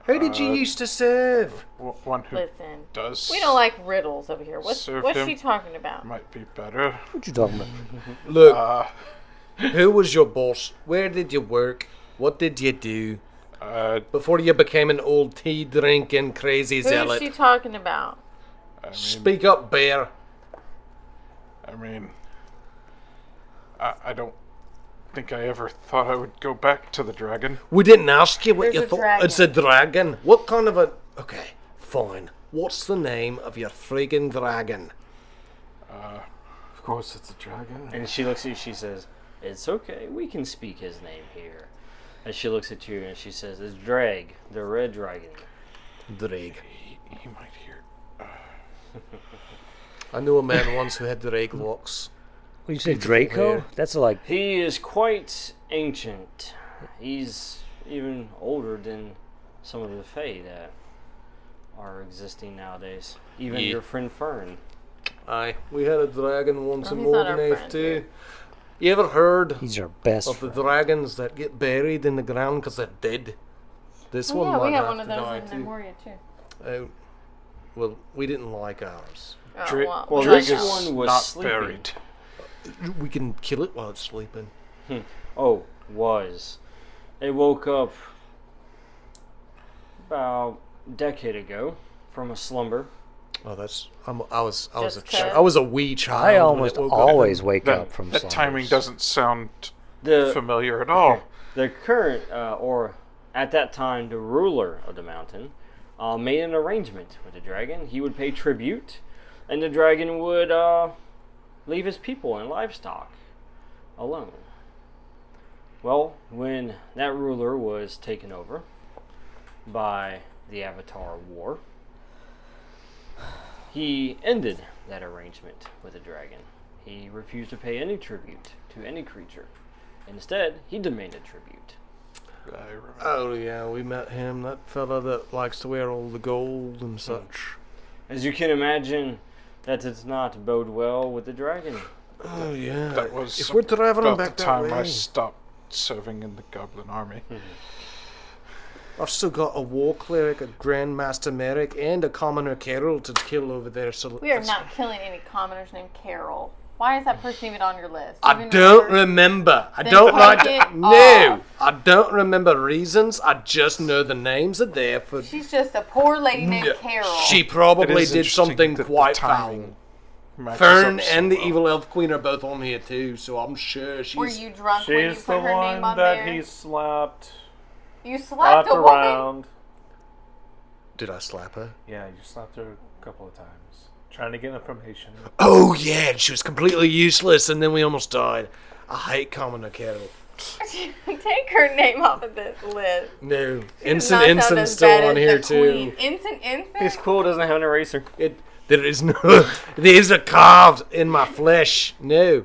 Speaker 5: Who did you used to serve?
Speaker 6: w- one who
Speaker 3: Listen.
Speaker 6: does
Speaker 3: We don't like riddles over here. What's
Speaker 6: Serve
Speaker 3: what's
Speaker 6: him.
Speaker 3: she talking about?
Speaker 6: might be better.
Speaker 4: What you talking about?
Speaker 5: Look,
Speaker 6: Uh,
Speaker 5: who was your boss? Where did you work? What did you do
Speaker 6: uh,
Speaker 5: before you became an old tea drinking crazy
Speaker 3: Who is
Speaker 5: zealot?
Speaker 3: she talking about?
Speaker 6: I mean,
Speaker 5: Speak up, bear.
Speaker 6: I mean, I, I don't think I ever thought I would go back to the dragon.
Speaker 5: We didn't ask you what
Speaker 3: There's
Speaker 5: you
Speaker 3: a
Speaker 5: thought.
Speaker 3: dragon.
Speaker 5: It's a dragon. What kind of a. Okay, fine. What's the name of your friggin' dragon?
Speaker 7: Of course, it's a dragon.
Speaker 2: And she looks at you, she says, It's okay, we can speak his name here. And she looks at you and she says, It's Drag, the red dragon.
Speaker 5: Drake.
Speaker 6: He, he might hear.
Speaker 5: I knew a man once who had Drake locks.
Speaker 4: When you say Draco,
Speaker 5: hair.
Speaker 4: that's like
Speaker 2: He is quite ancient. He's even older than some of the Fae that are existing nowadays. Even
Speaker 5: Ye-
Speaker 2: your friend Fern.
Speaker 5: Aye. We had a dragon once
Speaker 3: Well,
Speaker 5: in
Speaker 3: Oh, he's not
Speaker 5: Molden
Speaker 3: our
Speaker 5: Age
Speaker 3: friend,
Speaker 5: too. You ever heard
Speaker 4: he's your best.
Speaker 5: of the
Speaker 4: friend.
Speaker 5: dragons that get buried in the ground 'cause they're dead? This
Speaker 3: Oh,
Speaker 5: one
Speaker 3: yeah,
Speaker 5: might
Speaker 3: we have
Speaker 5: have
Speaker 3: one of
Speaker 5: to
Speaker 3: those
Speaker 5: die
Speaker 3: in
Speaker 5: too.
Speaker 3: Memoria too.
Speaker 5: Oh, well, we didn't like ours.
Speaker 3: Oh,
Speaker 6: Dra-
Speaker 3: well,
Speaker 2: Well,
Speaker 3: we
Speaker 2: this
Speaker 3: don't know.
Speaker 2: one was
Speaker 6: not
Speaker 2: sleeping.
Speaker 6: buried.
Speaker 5: We can kill it while it's sleeping.
Speaker 2: Oh, was. They woke up about a decade ago from a slumber.
Speaker 5: Oh, that's I'm, I was I was a
Speaker 3: Just
Speaker 5: chi-
Speaker 3: cause-
Speaker 5: I was a wee child.
Speaker 4: I
Speaker 5: when it
Speaker 4: almost
Speaker 5: woke up.
Speaker 4: always wake
Speaker 6: That,
Speaker 4: up from
Speaker 6: that
Speaker 4: slumbers.
Speaker 6: timing doesn't sound
Speaker 5: Uh,
Speaker 2: The
Speaker 6: familiar at all.
Speaker 2: The current, uh, or at that time, the ruler of the mountain, uh, made an arrangement with the dragon. He would pay tribute, and the dragon would uh, leave his people and livestock alone. Well, when that ruler was taken over by the Avatar War, he ended that arrangement with the dragon. He refused to pay any tribute to any creature. Instead, he demanded tribute.
Speaker 6: I remember.
Speaker 5: Oh yeah, we met him. That fella that likes to wear all the gold and such.
Speaker 2: As you can imagine, that does not bode well with the dragon.
Speaker 5: Oh yeah.
Speaker 6: That was
Speaker 5: if we're traveling
Speaker 6: about
Speaker 5: back
Speaker 6: the
Speaker 5: that
Speaker 6: time
Speaker 5: way,
Speaker 6: I stopped serving in the Goblin Army.
Speaker 5: Hmm. I've still got a war cleric, a grandmaster merrick, and a commoner carol to kill over there. So
Speaker 3: We are
Speaker 5: let's-
Speaker 3: not killing any commoners named Carol. Why is that person even on your list?
Speaker 5: I
Speaker 3: Even
Speaker 5: don't
Speaker 3: remember-
Speaker 5: remember. I
Speaker 3: Then
Speaker 5: don't like.
Speaker 3: fuck it
Speaker 5: No,
Speaker 3: off.
Speaker 5: I don't remember reasons. I just know the names are there for.
Speaker 3: She's just a poor lady named Carol.
Speaker 5: She
Speaker 6: It
Speaker 5: probably
Speaker 6: is
Speaker 5: did
Speaker 6: interesting
Speaker 5: something
Speaker 6: that the
Speaker 5: quite
Speaker 6: timing
Speaker 5: foul.
Speaker 6: matches
Speaker 5: Fern
Speaker 6: up so
Speaker 5: and the
Speaker 6: well.
Speaker 5: evil elf queen are both on here too, so I'm sure she's.
Speaker 3: Were you drunk when you
Speaker 7: She's
Speaker 3: put
Speaker 7: the
Speaker 3: her name on
Speaker 7: one that
Speaker 3: there?
Speaker 7: he slapped
Speaker 3: You
Speaker 7: up
Speaker 3: slapped a woman.
Speaker 7: around.
Speaker 5: Did I slap her?
Speaker 7: Yeah, you slapped her a couple of times. Trying to get a promotion.
Speaker 5: Oh yeah, and she was completely useless, and then we almost died. I hate common cattle.
Speaker 3: Take her name off of this list.
Speaker 5: No,
Speaker 3: Does
Speaker 5: ensign
Speaker 3: not sound
Speaker 5: ensign's
Speaker 3: as
Speaker 5: still
Speaker 3: bad
Speaker 5: on
Speaker 3: as
Speaker 5: here
Speaker 3: the
Speaker 5: too.
Speaker 3: queen. Ensign, ensign.
Speaker 2: He's cool. Doesn't have an eraser.
Speaker 5: It there is no these are carved in my flesh. No,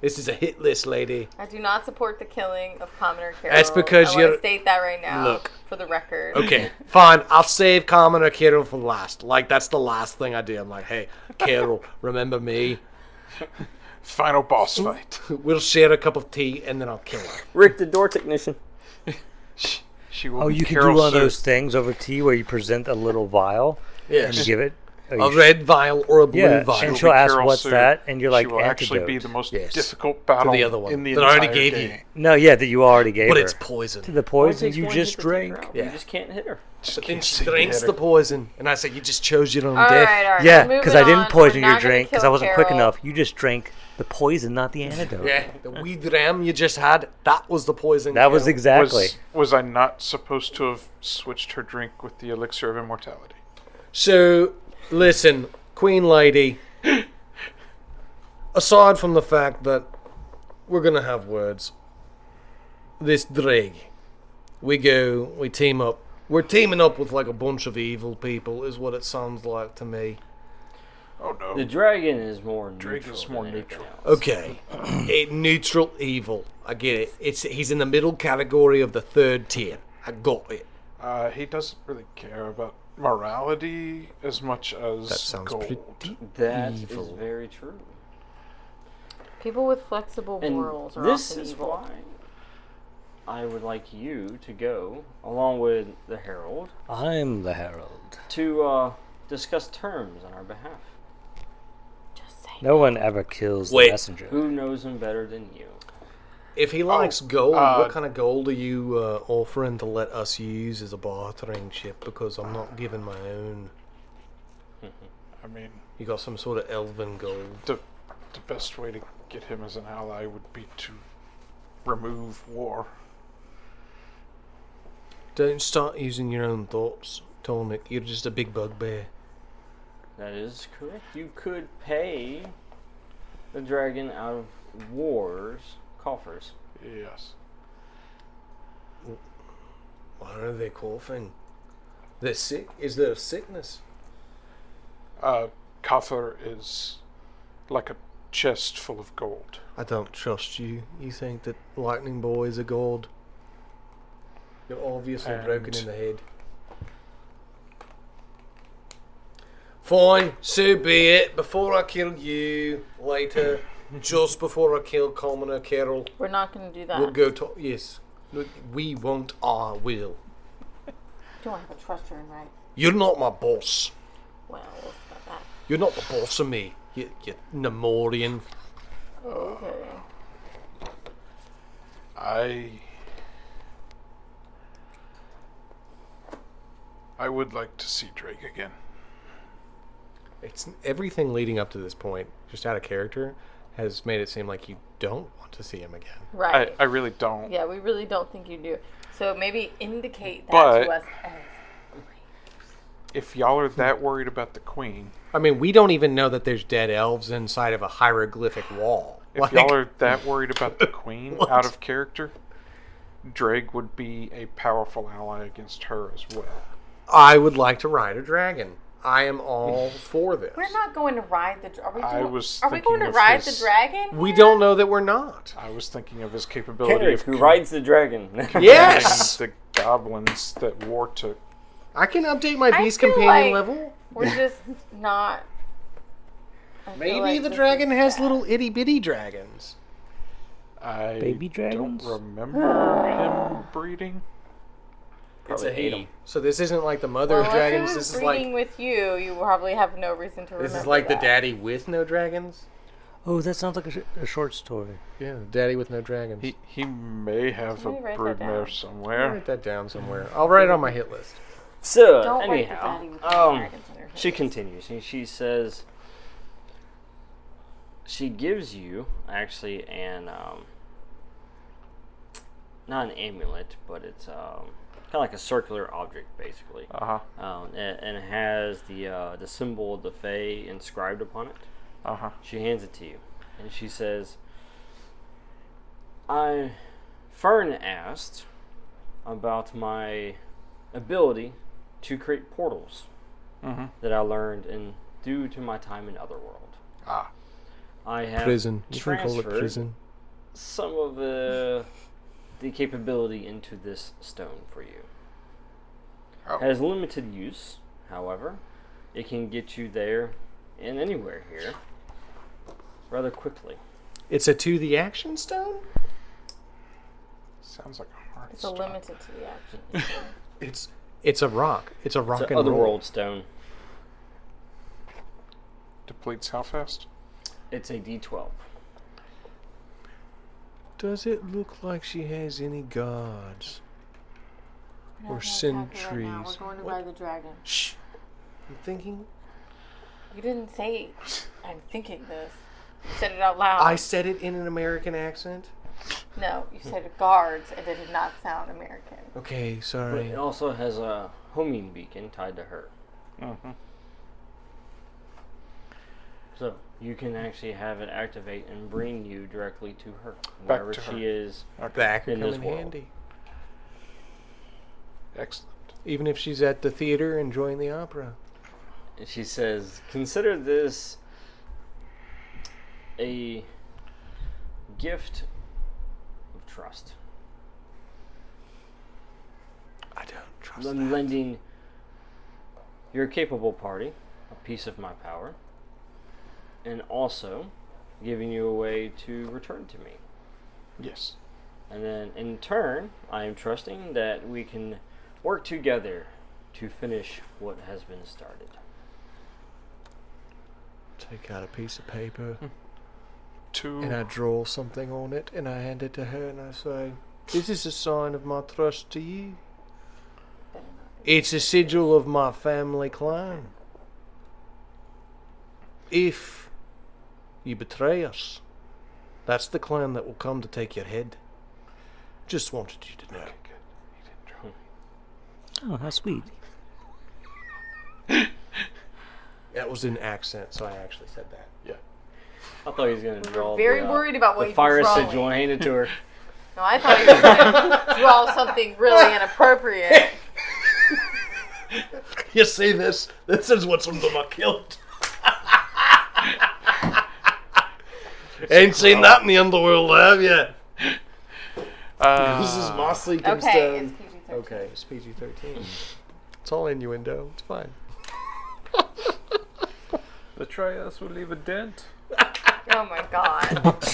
Speaker 5: this is a hit list, lady.
Speaker 3: I do not support the killing of commoner Carol.
Speaker 5: That's because
Speaker 3: I wanna
Speaker 5: you're-
Speaker 3: state that right now.
Speaker 5: Look.
Speaker 3: for the record.
Speaker 5: Okay, fine. I'll save Carmen or Carol for last. Like that's the last thing I do. I'm like, hey, Carol, remember me?
Speaker 6: Final boss fight.
Speaker 5: We'll share a cup of tea and then I'll kill her.
Speaker 2: Rick, the door technician.
Speaker 6: She, she will
Speaker 4: Oh,
Speaker 6: be
Speaker 4: you could do
Speaker 6: Carol
Speaker 4: one of
Speaker 6: Sue.
Speaker 4: those things over tea where you present a little vial and you
Speaker 5: Yes,
Speaker 4: give it. oh, you
Speaker 5: a
Speaker 4: sh-
Speaker 5: red vial or a blue
Speaker 4: Yeah,
Speaker 5: vial.
Speaker 4: and
Speaker 6: She
Speaker 4: she'll
Speaker 6: will be
Speaker 4: ask,
Speaker 6: Carol
Speaker 4: "What's
Speaker 6: Sue."
Speaker 4: that?" And you're like,
Speaker 6: she will actually be
Speaker 4: "Antidote."
Speaker 6: the most
Speaker 5: Yes.
Speaker 6: difficult battle
Speaker 5: the other one
Speaker 6: in the
Speaker 5: that I already
Speaker 6: entire
Speaker 5: gave
Speaker 6: game.
Speaker 5: you.
Speaker 4: No, yeah, that you already gave
Speaker 5: but
Speaker 4: her.
Speaker 5: it's poison.
Speaker 4: the poison you just drank.
Speaker 2: Yeah. You
Speaker 5: Yeah.
Speaker 2: just can't hit her.
Speaker 5: But then
Speaker 6: can't
Speaker 5: she
Speaker 6: seem to
Speaker 5: drinks
Speaker 6: hit
Speaker 5: the
Speaker 6: her.
Speaker 5: poison, and I said, "You just chose your own
Speaker 3: All
Speaker 5: death."
Speaker 3: right, all right.
Speaker 4: Yeah,
Speaker 3: moving
Speaker 4: because I
Speaker 3: on.
Speaker 4: didn't poison
Speaker 3: We're
Speaker 4: your
Speaker 3: not gonna
Speaker 4: drink because
Speaker 3: kill
Speaker 4: I wasn't quick
Speaker 3: Carol.
Speaker 4: enough. You just drank the poison, not the antidote.
Speaker 5: Yeah, the weed ram you just had, that was the poison.
Speaker 4: That was
Speaker 5: pill.
Speaker 4: exactly.
Speaker 6: Was, was I not supposed to have switched her drink with the elixir of immortality?
Speaker 5: So, listen, Queen Lady, aside from the fact that we're going to have words, this Dreg, we go, we team up. We're teaming up with like a bunch of evil people, is what it sounds like to me.
Speaker 6: Oh no.
Speaker 2: The dragon is more neutral.
Speaker 6: is more
Speaker 2: than anything
Speaker 6: neutral.
Speaker 2: else.
Speaker 5: Okay. A neutral evil. I get it. It's He's in the middle category of the third tier. I got it.
Speaker 6: Uh, he doesn't really care about morality as much as
Speaker 5: That sounds
Speaker 6: gold.
Speaker 5: pretty.
Speaker 2: That is
Speaker 5: Evil.
Speaker 2: very true.
Speaker 3: People with flexible
Speaker 2: And
Speaker 3: morals are
Speaker 2: this
Speaker 3: often
Speaker 2: is
Speaker 3: evil.
Speaker 2: why I would like you to go, along with the Herald,
Speaker 4: I'm the herald.
Speaker 2: to uh, discuss terms on our behalf.
Speaker 3: Just saying.
Speaker 4: No one ever kills
Speaker 5: Wait.
Speaker 4: the messenger.
Speaker 2: Who knows him better than you?
Speaker 5: If he likes gold,
Speaker 6: uh,
Speaker 5: what kind of gold are you uh, offering to let us use as a bartering chip? Because I'm not giving my own.
Speaker 6: I mean,
Speaker 5: You got some sort of elven gold.
Speaker 6: the the best way to get him as an ally would be to remove war.
Speaker 5: Don't start using your own thoughts, Tonic. You're just a big bugbear.
Speaker 2: That is correct. You could pay the dragon out of war's coffers.
Speaker 6: Yes.
Speaker 5: Why are they coughing? They're sick. Is there a sickness?
Speaker 6: Uh, Kafir is like a chest full of gold.
Speaker 5: I don't trust you. You think that Lightning Boy is a god? You're obviously broken
Speaker 6: And-
Speaker 5: in the head. Fine, so be it. Before I kill you later, just before I kill Commoner Carol,
Speaker 3: We're not going to do that.
Speaker 5: we'll go to. Yes. Look, We won't, I will.
Speaker 3: Do I have a trust her in right?
Speaker 5: You're not my boss.
Speaker 3: Well, we'll see about that.
Speaker 5: You're not the boss of me. You, you Nemorian.
Speaker 3: Okay.
Speaker 6: I I would like to see Drake again.
Speaker 5: It's everything leading up to this point, just out of character, has made it seem like you don't want to see him again.
Speaker 6: I,
Speaker 3: Right.
Speaker 6: I really don't.
Speaker 3: yeah, we really don't think you do. So maybe indicate that
Speaker 6: But-
Speaker 3: to us as
Speaker 6: If y'all are that worried about the queen,
Speaker 5: I mean, we don't even know that there's dead elves inside of a hieroglyphic wall.
Speaker 6: if
Speaker 5: Like,
Speaker 6: y'all are that worried about the queen
Speaker 5: What?
Speaker 6: out of character, Drake would be a powerful ally against her as well.
Speaker 5: I would like to ride a dragon. I am all for this.
Speaker 3: We're not going to ride the. dra- Are we?
Speaker 6: I
Speaker 3: doing-
Speaker 6: was
Speaker 3: Are we going
Speaker 6: thinking
Speaker 3: to
Speaker 6: of
Speaker 3: ride
Speaker 6: his-
Speaker 3: the dragon?
Speaker 5: We don't know that we're not.
Speaker 6: I was thinking of his capability
Speaker 2: Kendrick,
Speaker 6: of
Speaker 2: who rides the dragon.
Speaker 6: commanding
Speaker 5: Yes,
Speaker 6: the goblins that war took.
Speaker 5: I can update my
Speaker 3: I
Speaker 5: beast
Speaker 3: feel
Speaker 5: companion
Speaker 3: like-
Speaker 5: level.
Speaker 3: We're just not. I feel
Speaker 5: Maybe
Speaker 3: like
Speaker 5: the
Speaker 3: this
Speaker 5: dragon
Speaker 3: is
Speaker 5: has
Speaker 3: bad.
Speaker 5: little itty bitty dragons.
Speaker 6: I
Speaker 4: Baby
Speaker 6: don't
Speaker 4: dragons?
Speaker 6: remember him breeding.
Speaker 2: Probably hate him.
Speaker 5: So this isn't like the mother
Speaker 3: Well,
Speaker 5: of
Speaker 3: if it was
Speaker 5: dragons. This is
Speaker 3: breeding
Speaker 5: like
Speaker 3: with you, you probably have no reason to remember.
Speaker 5: this is like the
Speaker 3: that.
Speaker 5: daddy with no dragons.
Speaker 4: Oh, that sounds like a, sh- a short story.
Speaker 5: Yeah, the daddy with no dragons.
Speaker 6: He he may have a
Speaker 3: Somebody write that down.
Speaker 6: broodmare
Speaker 5: I'll
Speaker 6: somewhere.
Speaker 5: write that down somewhere. I'll write it on my hit list.
Speaker 2: So,
Speaker 3: Don't write the
Speaker 2: anyhow,
Speaker 3: daddy with the
Speaker 2: um,
Speaker 3: dragons on your head.
Speaker 2: she continues and she says she gives you actually an um, not an amulet, but it's um, kind of like a circular object, basically,
Speaker 6: Uh huh.
Speaker 2: um, and, and it has the uh, the symbol of the Fae inscribed upon it.
Speaker 6: Uh huh.
Speaker 2: She hands it to you, and she says, I Fern asked about my ability to create portals
Speaker 6: Mm-hmm.
Speaker 2: that I learned in due to my time in Otherworld.
Speaker 5: Ah.
Speaker 2: I have
Speaker 5: Prison. You can call it
Speaker 2: transferred
Speaker 5: prison.
Speaker 2: some of the the capability into this stone for you.
Speaker 5: Oh.
Speaker 2: Has limited use, however, it can get you there and anywhere here rather quickly.
Speaker 5: It's a to the action stone?
Speaker 6: Sounds like a hard
Speaker 3: It's a
Speaker 6: stop.
Speaker 3: limited to the action.
Speaker 5: It's it's a rock. It's a rock
Speaker 2: It's an
Speaker 5: and roll.
Speaker 2: otherworld stone.
Speaker 6: Depletes how fast?
Speaker 2: It's a D12.
Speaker 5: Does it look like she has any gods?
Speaker 3: We're
Speaker 5: Or
Speaker 3: not gonna attack her Right now.
Speaker 5: sentries.
Speaker 3: We're going to
Speaker 5: What?
Speaker 3: buy the dragon.
Speaker 5: Shh. I'm thinking.
Speaker 3: You didn't say I'm thinking this. You said it out loud.
Speaker 5: I said it in an American accent.
Speaker 3: no, you said guards, and it did not sound American.
Speaker 5: Okay,
Speaker 2: But
Speaker 5: sorry.
Speaker 2: it also has a homing beacon tied to her.
Speaker 6: Mm-hmm.
Speaker 2: So you can actually have it activate and bring you directly to her.
Speaker 6: Back
Speaker 2: Wherever
Speaker 6: to
Speaker 2: she
Speaker 6: her.
Speaker 2: is.
Speaker 5: That could
Speaker 2: In
Speaker 5: come
Speaker 2: this
Speaker 5: in
Speaker 2: world.
Speaker 5: handy.
Speaker 6: Excellent.
Speaker 5: Even if she's at the theater enjoying the opera.
Speaker 2: And she says, Consider this a gift of trust.
Speaker 5: I don't trust
Speaker 2: I'm lending your capable party a piece of my power and also giving you a way to return to me.
Speaker 6: Yes.
Speaker 2: And then in turn, I am trusting that we can work together to finish what has been started.
Speaker 5: Take out a piece of paper
Speaker 2: Hmm.
Speaker 6: Two.
Speaker 5: and I draw something on it and I hand it to her and I say, This is a sign of my trust to you. It's a sigil of my family clan. If you betray us, that's the clan that will come to take your head. Just wanted you to know.
Speaker 6: Good. He didn't draw.
Speaker 4: Oh, how sweet.
Speaker 5: That was an accent, so I actually said that.
Speaker 2: I thought he was going to draw.
Speaker 3: Very
Speaker 2: the, uh,
Speaker 3: worried about what
Speaker 2: the
Speaker 3: you
Speaker 2: fire
Speaker 3: were
Speaker 2: sigil
Speaker 3: drawing.
Speaker 2: and handed to her.
Speaker 3: No, I thought you were going to draw something really inappropriate.
Speaker 5: You see this? This is what's under my kilt. Ain't seen that in the underworld, have you?
Speaker 6: Uh,
Speaker 5: This is my sleeping
Speaker 3: Okay, it's
Speaker 5: stone.
Speaker 3: PG thirteen.
Speaker 5: Okay, it's PG 13. It's all innuendo. It's fine.
Speaker 7: Betray us, we leave a dent.
Speaker 3: Oh my god.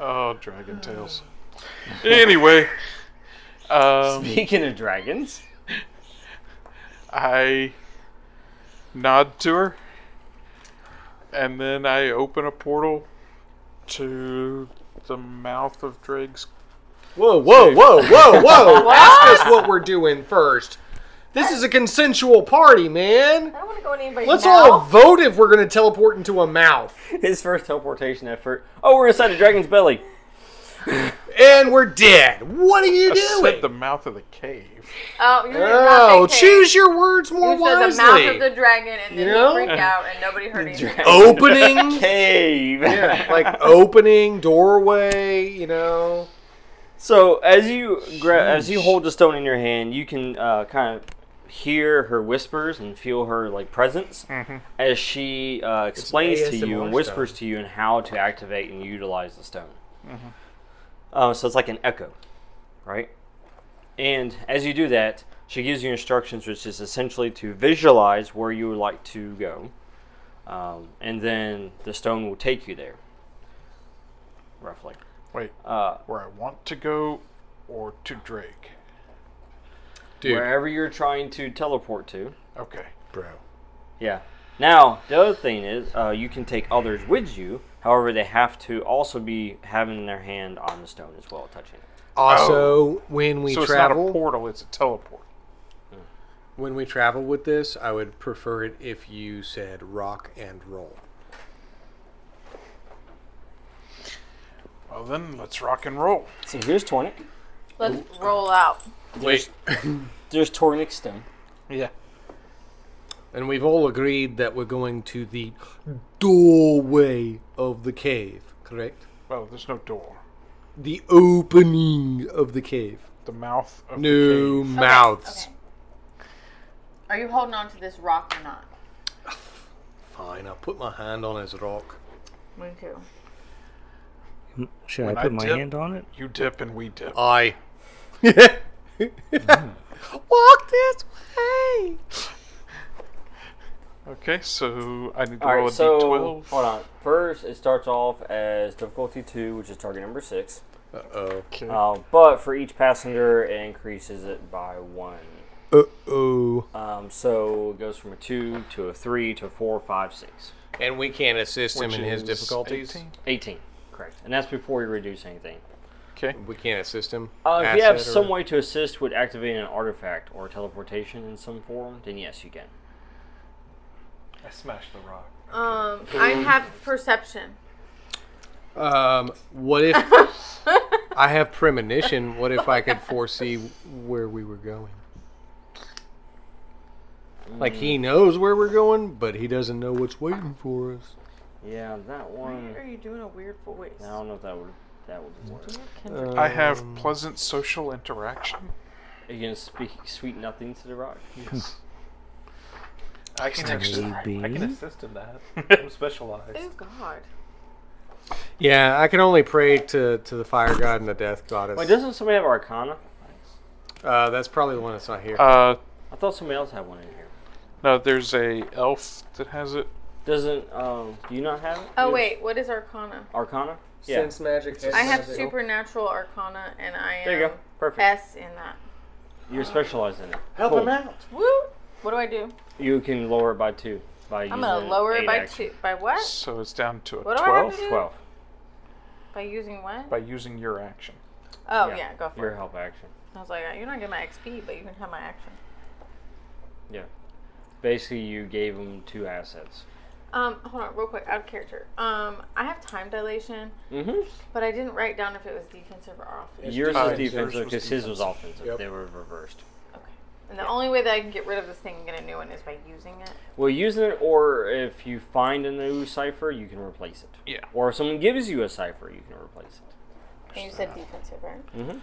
Speaker 6: Oh, Dragon Tales. anyway, um,
Speaker 2: Speaking of dragons,
Speaker 6: I nod to her, and then I open a portal to the mouth of Drake's.
Speaker 5: Whoa, whoa, whoa, whoa, whoa! Ask us what we're doing first. This is a consensual party, man.
Speaker 3: I don't want to go in anybody's
Speaker 5: Let's
Speaker 3: mouth.
Speaker 5: all vote if we're gonna teleport into a mouth.
Speaker 2: his first teleportation effort. Oh, we're inside a dragon's belly.
Speaker 5: And we're dead. What are you
Speaker 6: I uh, said
Speaker 5: doing?
Speaker 6: the mouth of the cave.
Speaker 3: Oh, you're
Speaker 5: oh,
Speaker 3: not thinking.
Speaker 5: choose your words more
Speaker 3: You said the
Speaker 5: wisely.
Speaker 3: mouth of the dragon, and then
Speaker 5: You
Speaker 3: you,
Speaker 5: know?
Speaker 3: freaked out, and nobody heard anything.
Speaker 5: opening
Speaker 2: Cave.
Speaker 5: yeah, like opening doorway you know
Speaker 2: So as you gra- as you hold the stone in your hand, you can uh, kind of hear her whispers and feel her like presence as she uh, explains to you
Speaker 5: ASMR
Speaker 2: and whispers to you and how to activate and utilize the stone. Uh, so it's like an echo, right? And as you do that, she gives you instructions, which is essentially to visualize where you would like to go, um, and then the stone will take you there, roughly.
Speaker 6: Wait,
Speaker 2: Uh,
Speaker 6: where I want to go, or to Drake?
Speaker 2: wherever you're trying to teleport to.
Speaker 6: Okay.
Speaker 5: bro
Speaker 2: Yeah. Now the other thing is, uh, you can take others with you. However, they have to also be having their hand on the stone as well, touching it.
Speaker 5: also when we
Speaker 6: so it's not a
Speaker 5: travel
Speaker 6: portal; it's a teleport.
Speaker 5: when we travel with this i would prefer it if you said rock and roll
Speaker 6: Well, then let's rock and roll.
Speaker 2: So here's Tornik.
Speaker 3: Let's roll out.
Speaker 5: wait
Speaker 2: There's Tornik's stone.
Speaker 6: Yeah.
Speaker 5: and we've all agreed that we're going to the doorway of the cave Correct.
Speaker 6: Well, Oh, there's no door.
Speaker 5: The opening of the cave.
Speaker 6: The mouth of
Speaker 5: No
Speaker 6: the cave.
Speaker 5: mouths.
Speaker 3: Okay. Are you holding on to this rock or not?
Speaker 5: Fine, I'll put my hand on his rock.
Speaker 3: Me too.
Speaker 4: Should
Speaker 6: When
Speaker 4: I
Speaker 6: I
Speaker 4: put my
Speaker 6: dip-
Speaker 4: hand on it?
Speaker 6: You dip and we
Speaker 2: Uh,
Speaker 6: dip.
Speaker 5: I. Walk this way.
Speaker 6: Okay, so I need to
Speaker 2: All
Speaker 6: roll
Speaker 2: right,
Speaker 6: a
Speaker 2: so
Speaker 6: d12.
Speaker 2: hold on. First, it starts off as difficulty two, which is target number six.
Speaker 5: Uh oh.
Speaker 2: Uh, but for each passenger, it increases it by one.
Speaker 5: Uh oh.
Speaker 2: Um, so it goes from a two to a three to a four, five, six.
Speaker 5: And we can't assist him
Speaker 6: which
Speaker 5: in his
Speaker 6: is
Speaker 5: difficulties.
Speaker 6: 18.
Speaker 2: 18. Correct. And that's before you reduce anything.
Speaker 6: Okay.
Speaker 5: We can't assist him.
Speaker 2: Uh, if you have
Speaker 5: Asset or-
Speaker 2: some way to assist with activating an artifact or teleportation in some form, then yes, you can.
Speaker 7: I smashed the rock.
Speaker 3: Um, I
Speaker 5: Mm.
Speaker 3: have perception.
Speaker 5: Um, what if I have premonition? What if I could foresee where we were going? Like
Speaker 2: Mm.
Speaker 5: he knows where we're going, but he doesn't know what's waiting for us.
Speaker 2: Yeah, that
Speaker 3: Why
Speaker 2: one.
Speaker 3: are you doing a weird voice?
Speaker 2: I don't know if that would that would work.
Speaker 3: Kendrick.
Speaker 6: I have
Speaker 2: Um,
Speaker 6: pleasant social interaction.
Speaker 2: You can speak sweet nothing to the rock.
Speaker 6: Yes. I can actually.
Speaker 4: Maybe.
Speaker 7: I can assist in that. I'm specialized.
Speaker 3: Oh God.
Speaker 5: Yeah, I can only pray to, to the fire god and the death goddess.
Speaker 2: Wait, doesn't somebody have Arcana?
Speaker 5: uh, that's probably the one that's not here.
Speaker 6: Uh,
Speaker 2: I thought somebody else had one in here.
Speaker 6: no, there's a elf that has it.
Speaker 2: Doesn't um? Do you not have it?
Speaker 3: Oh
Speaker 2: Yes.
Speaker 3: wait, what is Arcana?
Speaker 2: Arcana. Yeah.
Speaker 5: magic.
Speaker 3: I have supernatural Arcana, and I am
Speaker 2: there you go. Perfect.
Speaker 3: S in that.
Speaker 2: You're specialized in it.
Speaker 5: Help
Speaker 2: him
Speaker 5: out.
Speaker 3: Woo! What do I do?
Speaker 2: You can lower it by two by
Speaker 3: I'm
Speaker 2: using
Speaker 3: gonna lower it
Speaker 2: eight
Speaker 3: by
Speaker 2: action.
Speaker 3: two. By what?
Speaker 6: So it's down to a
Speaker 3: What do I have
Speaker 6: 12
Speaker 3: to do?
Speaker 2: Twelve.
Speaker 3: By using what?
Speaker 6: by using your action.
Speaker 3: oh yeah, go for
Speaker 2: Your
Speaker 3: it.
Speaker 2: help action.
Speaker 3: I was like, you're not getting my XP, but you can have my action.
Speaker 2: Yeah. Basically, you gave him two assets.
Speaker 3: Um, hold on, real quick, out of character. Um, I have time dilation,
Speaker 2: Mm-hmm.
Speaker 3: but I didn't write down if it was defensive or offensive.
Speaker 2: Yours
Speaker 6: Uh,
Speaker 2: is
Speaker 6: yours
Speaker 2: defensive
Speaker 6: was
Speaker 2: because his was offensive.
Speaker 5: Yep.
Speaker 2: They were reversed.
Speaker 3: Okay. And the only way that I can get rid of this thing and get a new one is by using it.
Speaker 2: Well, using it, or if you find a new cipher, you can replace it.
Speaker 6: Yeah.
Speaker 2: Or if someone gives you a cipher, you can replace it.
Speaker 3: And you said defensive, right?
Speaker 2: Mm-hmm.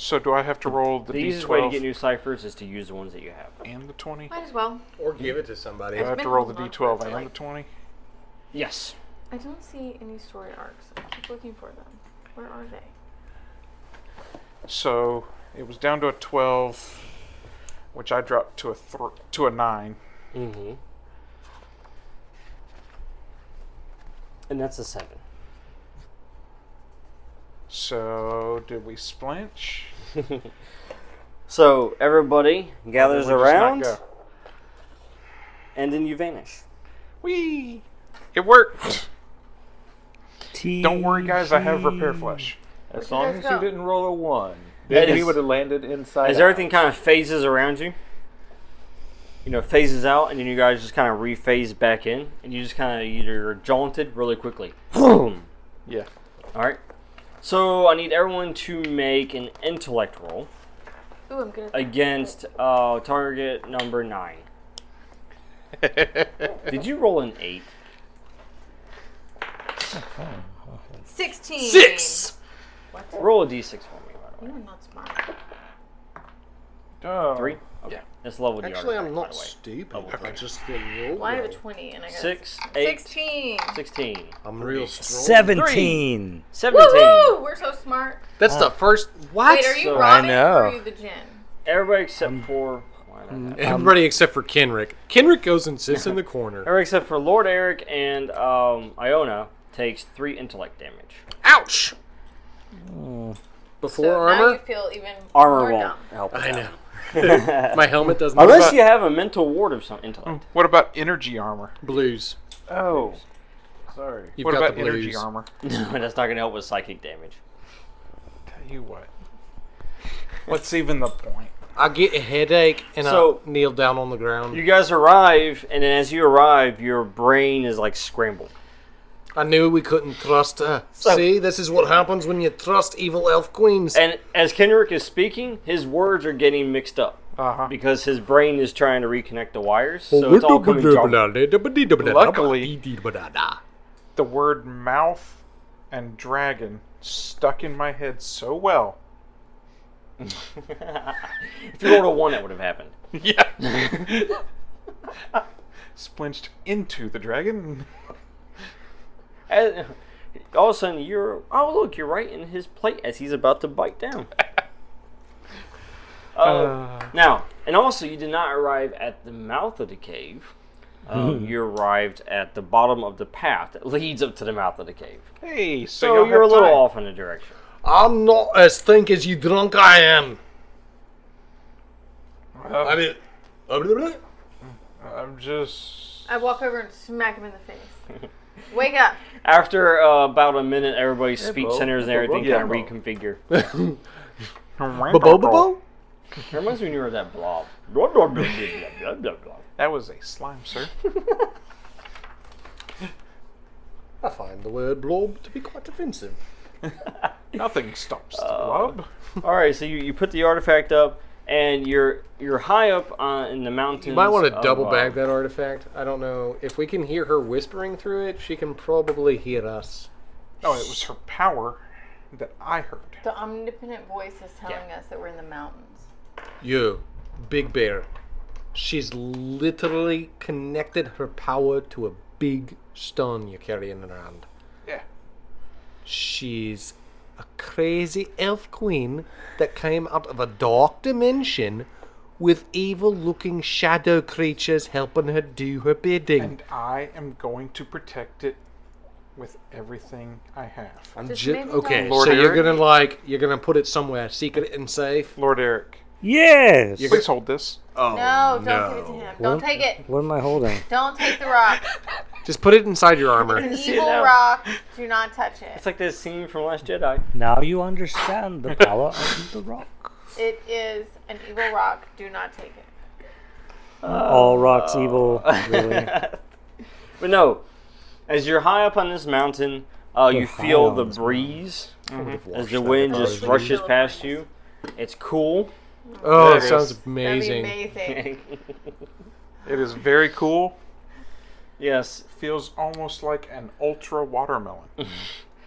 Speaker 6: So do I have to roll the,
Speaker 2: The easiest way to get
Speaker 6: d12
Speaker 2: new ciphers is to use the ones that you have.
Speaker 6: and the 20?
Speaker 3: Might as well.
Speaker 5: Or give it to somebody.
Speaker 6: Do I have
Speaker 3: been
Speaker 6: to roll the
Speaker 3: holding on to
Speaker 6: d12
Speaker 3: it for
Speaker 6: and
Speaker 3: like-
Speaker 6: the 20?
Speaker 2: Yes.
Speaker 3: I don't see any story arcs. I keep looking for them. Where are they?
Speaker 6: So it was down to a 12, which I dropped to a thr to a 9.
Speaker 2: Mm-hmm. And that's a seven.
Speaker 6: So did we splinch?
Speaker 2: So everybody gathers
Speaker 6: Did we just not
Speaker 2: around,
Speaker 6: go?
Speaker 2: and then you vanish.
Speaker 6: Whee! It worked. Don't worry, guys. I have
Speaker 4: TG.
Speaker 6: repair flesh.
Speaker 7: As long as
Speaker 3: go.
Speaker 7: you didn't roll a one,
Speaker 2: That
Speaker 7: then
Speaker 2: is-
Speaker 7: we would have landed inside.
Speaker 2: As everything kind of phases around you, you know, phases out, and then you guys just kind of rephase back in, and you just kind of you're jaunted really quickly. Boom.
Speaker 6: Yeah.
Speaker 2: All right. So I need everyone to make an intellect roll
Speaker 3: Ooh, I'm gonna.
Speaker 2: against uh, target number nine. Did you roll an eight?
Speaker 3: 16!
Speaker 2: Roll a d6 for me, by the
Speaker 3: You
Speaker 2: way.
Speaker 3: are not smart.
Speaker 6: Oh.
Speaker 2: Three. Okay. That's level D.
Speaker 5: Actually,
Speaker 2: artifact,
Speaker 5: I'm not
Speaker 2: by the way.
Speaker 5: stupid.
Speaker 6: Okay.
Speaker 5: I just didn't roll.
Speaker 3: Well, I have a
Speaker 5: well.
Speaker 3: 20 and I got a
Speaker 2: Six, eight,
Speaker 3: 16!
Speaker 2: 16,
Speaker 5: I'm real strong.
Speaker 4: Seventeen.
Speaker 2: 17.
Speaker 3: Woohoo! We're so smart.
Speaker 5: That's the first. What?
Speaker 3: Wait, are you
Speaker 2: So-
Speaker 3: Robin
Speaker 4: I know.
Speaker 3: or are you the gin?
Speaker 2: Everybody except for. Hmm. why did I have-
Speaker 5: Everybody except for Kenrick. Kenrick goes and sits in the corner.
Speaker 2: Everybody except for Lord Eric and um, Iona takes three intellect damage.
Speaker 5: Ouch! Before
Speaker 3: So now you
Speaker 5: armor?
Speaker 3: feel even more
Speaker 2: Armor won't
Speaker 3: dumb.
Speaker 2: help.
Speaker 5: I know. My helmet doesn't.
Speaker 2: Unless you have a mental ward of some intellect.
Speaker 6: What about energy armor?
Speaker 5: blues.
Speaker 7: Oh, sorry.
Speaker 5: You've
Speaker 6: what
Speaker 5: got
Speaker 6: about
Speaker 5: the
Speaker 6: energy
Speaker 5: blues.
Speaker 6: armor?
Speaker 2: No, that's not going to help with psychic damage.
Speaker 6: Tell you what. What's even the point?
Speaker 5: I get a headache and
Speaker 2: So-
Speaker 5: I kneel down on the ground.
Speaker 2: You guys arrive, and then as you arrive, your brain is like scrambled.
Speaker 5: I knew we couldn't trust her. See, this is what happens when you trust evil elf queens.
Speaker 2: And as Kendrick is speaking, his words are getting mixed up
Speaker 6: Uh huh.
Speaker 2: because his brain is trying to reconnect the wires. So it's all coming jumbled.
Speaker 6: Luckily- The word mouth and dragon stuck in my head so well.
Speaker 2: if you rolled a one, that would have happened.
Speaker 6: Yeah. Splinched into the dragon.
Speaker 2: And all of a sudden, you're oh look, you're right in his plate as he's about to bite down. Uh,
Speaker 6: Uh.
Speaker 2: now, and also, you did not arrive at the mouth of the cave. Um, you arrived at the bottom of the path that leads up to the mouth of the cave.
Speaker 6: Hey,
Speaker 2: So
Speaker 6: y'all
Speaker 2: you're a
Speaker 6: have
Speaker 2: little
Speaker 6: time.
Speaker 2: off in a direction.
Speaker 5: I'm not as think as you drunk I am.
Speaker 6: Uh,
Speaker 5: I mean,
Speaker 6: I'm just.
Speaker 3: I walk over and smack him in the face. Wake up.
Speaker 2: After uh, about a minute, everybody's speech
Speaker 7: Bo.
Speaker 2: centers and
Speaker 7: Bo, Bo,
Speaker 2: everything
Speaker 6: yeah,
Speaker 2: kind of
Speaker 6: Bo.
Speaker 2: reconfigure.
Speaker 5: Bobo?
Speaker 2: It reminds me when you were that blob. Blah, blah, blah, blah, blah, blah, blah.
Speaker 6: That was a slime, sir.
Speaker 5: I find the word blob to be quite offensive.
Speaker 6: Nothing stops the
Speaker 2: Uh,
Speaker 6: blob.
Speaker 2: All right, so you, you put the artifact up, and you're you're high up on, in the mountains.
Speaker 5: You might Oh, want to
Speaker 2: of,
Speaker 5: double
Speaker 2: uh,
Speaker 5: bag that artifact. I don't know. If we can hear her whispering through it, she can probably hear us.
Speaker 6: No, Oh, it was her power that I heard.
Speaker 3: The omnipotent voice is telling us that we're in the mountains.
Speaker 5: You, Big Bear. She's literally connected her power to a big stone you're carrying around.
Speaker 6: Yeah.
Speaker 5: She's a crazy elf queen that came out of a dark dimension with evil looking shadow creatures helping her do her bidding.
Speaker 6: And I am going to protect it with everything I have.
Speaker 5: I'm
Speaker 3: Just
Speaker 5: ju-
Speaker 3: maybe
Speaker 5: okay,
Speaker 3: don't-
Speaker 6: Lord
Speaker 5: so you're
Speaker 6: Eric?
Speaker 5: gonna like you're gonna put it somewhere secret and safe.
Speaker 6: Lord Eric,
Speaker 4: Yes.
Speaker 5: You're-
Speaker 6: please hold this.
Speaker 5: Oh
Speaker 3: No, don't give it to him. Don't take it.
Speaker 4: What am I holding?
Speaker 3: Don't take the rock.
Speaker 5: Just put it inside your armor.
Speaker 2: See it
Speaker 3: Evil
Speaker 2: now.
Speaker 3: rock. Do not touch it.
Speaker 2: It's like that scene from Last Jedi.
Speaker 4: Now you understand the power of the rock.
Speaker 3: It is an evil rock. Do not take it.
Speaker 4: All rocks
Speaker 2: Oh.
Speaker 4: evil. Really.
Speaker 2: But no, as you're high up on this mountain, uh, you
Speaker 4: high
Speaker 2: feel
Speaker 4: on
Speaker 2: the
Speaker 4: this
Speaker 2: breeze as the
Speaker 5: Watch
Speaker 2: wind
Speaker 5: that.
Speaker 2: just
Speaker 3: Oh,
Speaker 2: rushes
Speaker 3: yeah.
Speaker 2: past you. It's cool.
Speaker 5: Oh,
Speaker 6: There
Speaker 5: it
Speaker 6: it
Speaker 5: sounds
Speaker 6: is.
Speaker 3: That'd be
Speaker 5: amazing.
Speaker 3: amazing.
Speaker 6: It is very cool.
Speaker 2: yes,
Speaker 6: Feels almost like an ultra watermelon.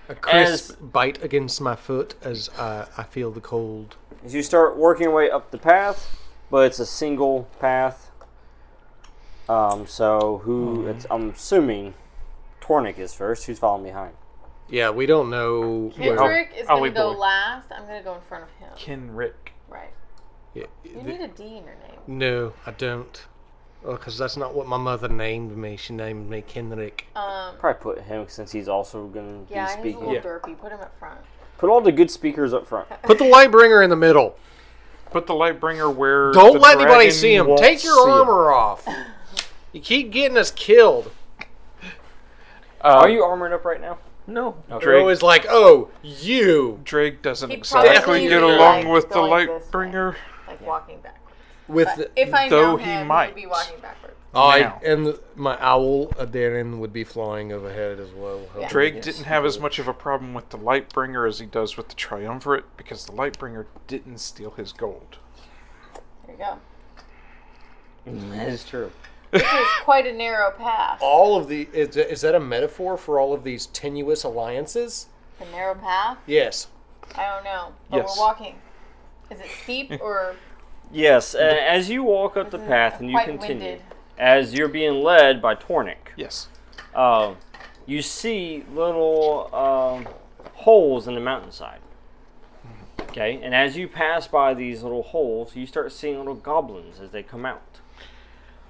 Speaker 5: A crisp
Speaker 2: As-
Speaker 5: bite against my foot as uh, I feel the cold.
Speaker 2: as you start working your way up the path, but it's a single path. Um, so who? It's, I'm assuming Tornik is first. Who's following behind?
Speaker 5: Yeah, we don't know where.
Speaker 3: Kendrick is
Speaker 6: I'll
Speaker 3: going to
Speaker 6: leave
Speaker 3: go
Speaker 6: the-
Speaker 3: last. I'm going to go in front of him.
Speaker 6: Kenrick.
Speaker 3: Right.
Speaker 5: Yeah,
Speaker 3: You need a D in your name.
Speaker 5: no, I don't. Oh, because that's not what my mother named me. She named me Kenrick.
Speaker 3: Um,
Speaker 2: Probably put him since he's also going to
Speaker 3: yeah,
Speaker 2: be
Speaker 3: he's a
Speaker 2: speaking.
Speaker 3: little derpy. Put him up front.
Speaker 2: Put all the good speakers up front.
Speaker 5: Put the Lightbringer in the middle.
Speaker 6: Put the Lightbringer where.
Speaker 5: Don't
Speaker 6: the
Speaker 5: let anybody
Speaker 6: dragon
Speaker 5: see him.
Speaker 6: won't
Speaker 5: Take your
Speaker 6: see him.
Speaker 5: armor off. You keep getting us killed.
Speaker 6: Uh,
Speaker 2: Are you armored up right now?
Speaker 6: No.
Speaker 5: They're
Speaker 6: Drake,
Speaker 5: always like, "Oh, you,"
Speaker 6: Drake doesn't
Speaker 3: He
Speaker 6: exactly
Speaker 3: probably
Speaker 6: get
Speaker 3: really
Speaker 6: along
Speaker 3: likes
Speaker 6: with the
Speaker 3: going this
Speaker 6: Lightbringer.
Speaker 3: Like walking backwards.
Speaker 5: with
Speaker 3: But
Speaker 5: the,
Speaker 3: if I
Speaker 6: though
Speaker 3: know
Speaker 6: he
Speaker 3: him,
Speaker 6: might.
Speaker 3: would be walking backwards.
Speaker 5: I
Speaker 6: now.
Speaker 5: and the- my owl uh, Darren would be flying overhead as well.
Speaker 3: Yeah.
Speaker 6: Drake didn't have as much of a problem with the Lightbringer as he does with the Triumvirate because the Lightbringer didn't steal his gold.
Speaker 3: There you go.
Speaker 2: That is true.
Speaker 3: It's quite a narrow path.
Speaker 5: All of the is, is that a metaphor for all of these tenuous alliances?
Speaker 3: The narrow path?
Speaker 5: Yes.
Speaker 3: I don't know. But
Speaker 6: Yes.
Speaker 3: we're walking. Is it steep or
Speaker 2: Yes, uh, as you walk up the path and you
Speaker 3: quite
Speaker 2: continue,
Speaker 3: winded?
Speaker 2: as you're being led by Tornik,
Speaker 6: Yes.
Speaker 2: uh, you see little um, holes in the mountainside. Okay, and as you pass by these little holes, you start seeing little goblins as they come out.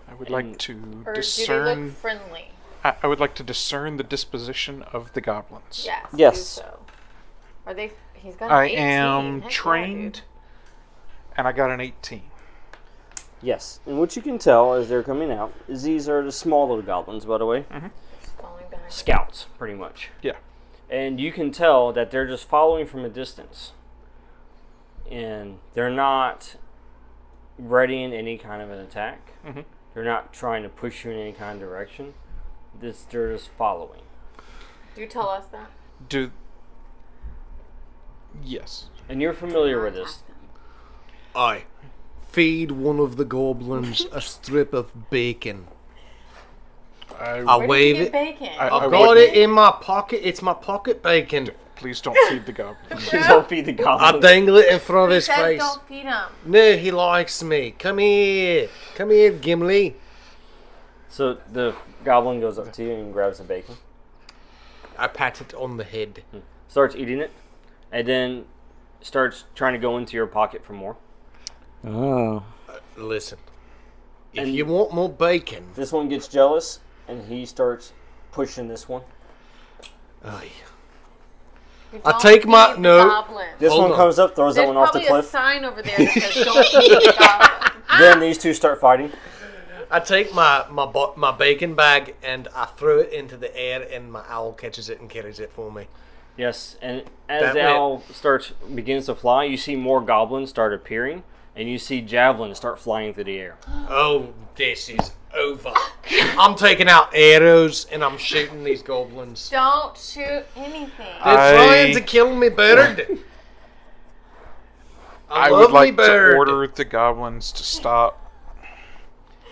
Speaker 6: I would
Speaker 2: And-
Speaker 6: like to
Speaker 3: Or do they
Speaker 6: discern.
Speaker 3: look friendly?
Speaker 6: I, I would like to discern the disposition of the goblins.
Speaker 3: Yes.
Speaker 2: Yes.
Speaker 3: Do so. Are they? He's got. An
Speaker 6: I
Speaker 3: 18.
Speaker 6: am
Speaker 3: Heck yeah,
Speaker 6: trained, and I got an 18.
Speaker 2: Yes, and what you can tell as they're coming out is these are the small little goblins, by the way,
Speaker 3: dude. Falling behind.
Speaker 2: scouts, pretty much.
Speaker 6: Yeah.
Speaker 2: and you can tell that they're just following from a distance and they're not readying any kind of an attack
Speaker 5: Mm-hmm.
Speaker 6: Mhm.
Speaker 2: they're not trying to push you in any kind of direction this they're just following
Speaker 3: Do tell us that.
Speaker 6: Do. Yes.
Speaker 2: and you're familiar with this
Speaker 5: I feed one of the goblins a strip of bacon.
Speaker 6: I,
Speaker 5: I'll
Speaker 3: Where
Speaker 5: wave
Speaker 3: did you
Speaker 5: it.
Speaker 3: get bacon?
Speaker 6: I-
Speaker 5: I've
Speaker 6: I
Speaker 5: got
Speaker 6: wouldn't-
Speaker 5: it in my pocket. It's my pocket bacon.
Speaker 6: please don't feed the goblins.
Speaker 2: Please don't feed the
Speaker 5: I
Speaker 2: goblin.
Speaker 5: dangle it in front of
Speaker 3: He
Speaker 5: his
Speaker 3: says
Speaker 5: face.
Speaker 3: don't feed him.
Speaker 5: No, he likes me. Come here. Come here, Gimli.
Speaker 2: So the goblin goes up to you and grabs the bacon,
Speaker 5: I pat it on the head.
Speaker 2: starts eating it, and then starts trying to go into your pocket for more.
Speaker 4: Oh.
Speaker 5: Listen, if
Speaker 2: And-
Speaker 5: you want more bacon,
Speaker 2: This one gets jealous and he starts pushing this one.
Speaker 5: Aye.
Speaker 3: You
Speaker 5: I
Speaker 3: don't
Speaker 5: take my-
Speaker 3: feed the
Speaker 5: no.
Speaker 3: goblin.
Speaker 2: This
Speaker 5: Hold
Speaker 2: one
Speaker 5: on.
Speaker 2: comes up, throws that
Speaker 3: There's
Speaker 2: one off the
Speaker 3: probably a
Speaker 2: cliff.
Speaker 3: sign over there that says don't feed the goblin.
Speaker 2: Then these two start fighting.
Speaker 5: I take my my bo- my bacon bag and I throw it into the air, and my owl catches it and carries it for me.
Speaker 2: Yes, and as
Speaker 5: That
Speaker 2: the
Speaker 5: way-
Speaker 2: owl starts begins to fly, you see more goblins start appearing, and you see javelins start flying through the air.
Speaker 5: Oh, this is over. I'm taking out arrows and I'm shooting these goblins. They're
Speaker 3: Don't shoot anything.
Speaker 2: Uh,
Speaker 6: I-
Speaker 5: trying to kill me, bird. A
Speaker 6: I would
Speaker 5: lovely
Speaker 6: like
Speaker 5: bird.
Speaker 6: to order the goblins to stop
Speaker 3: oh,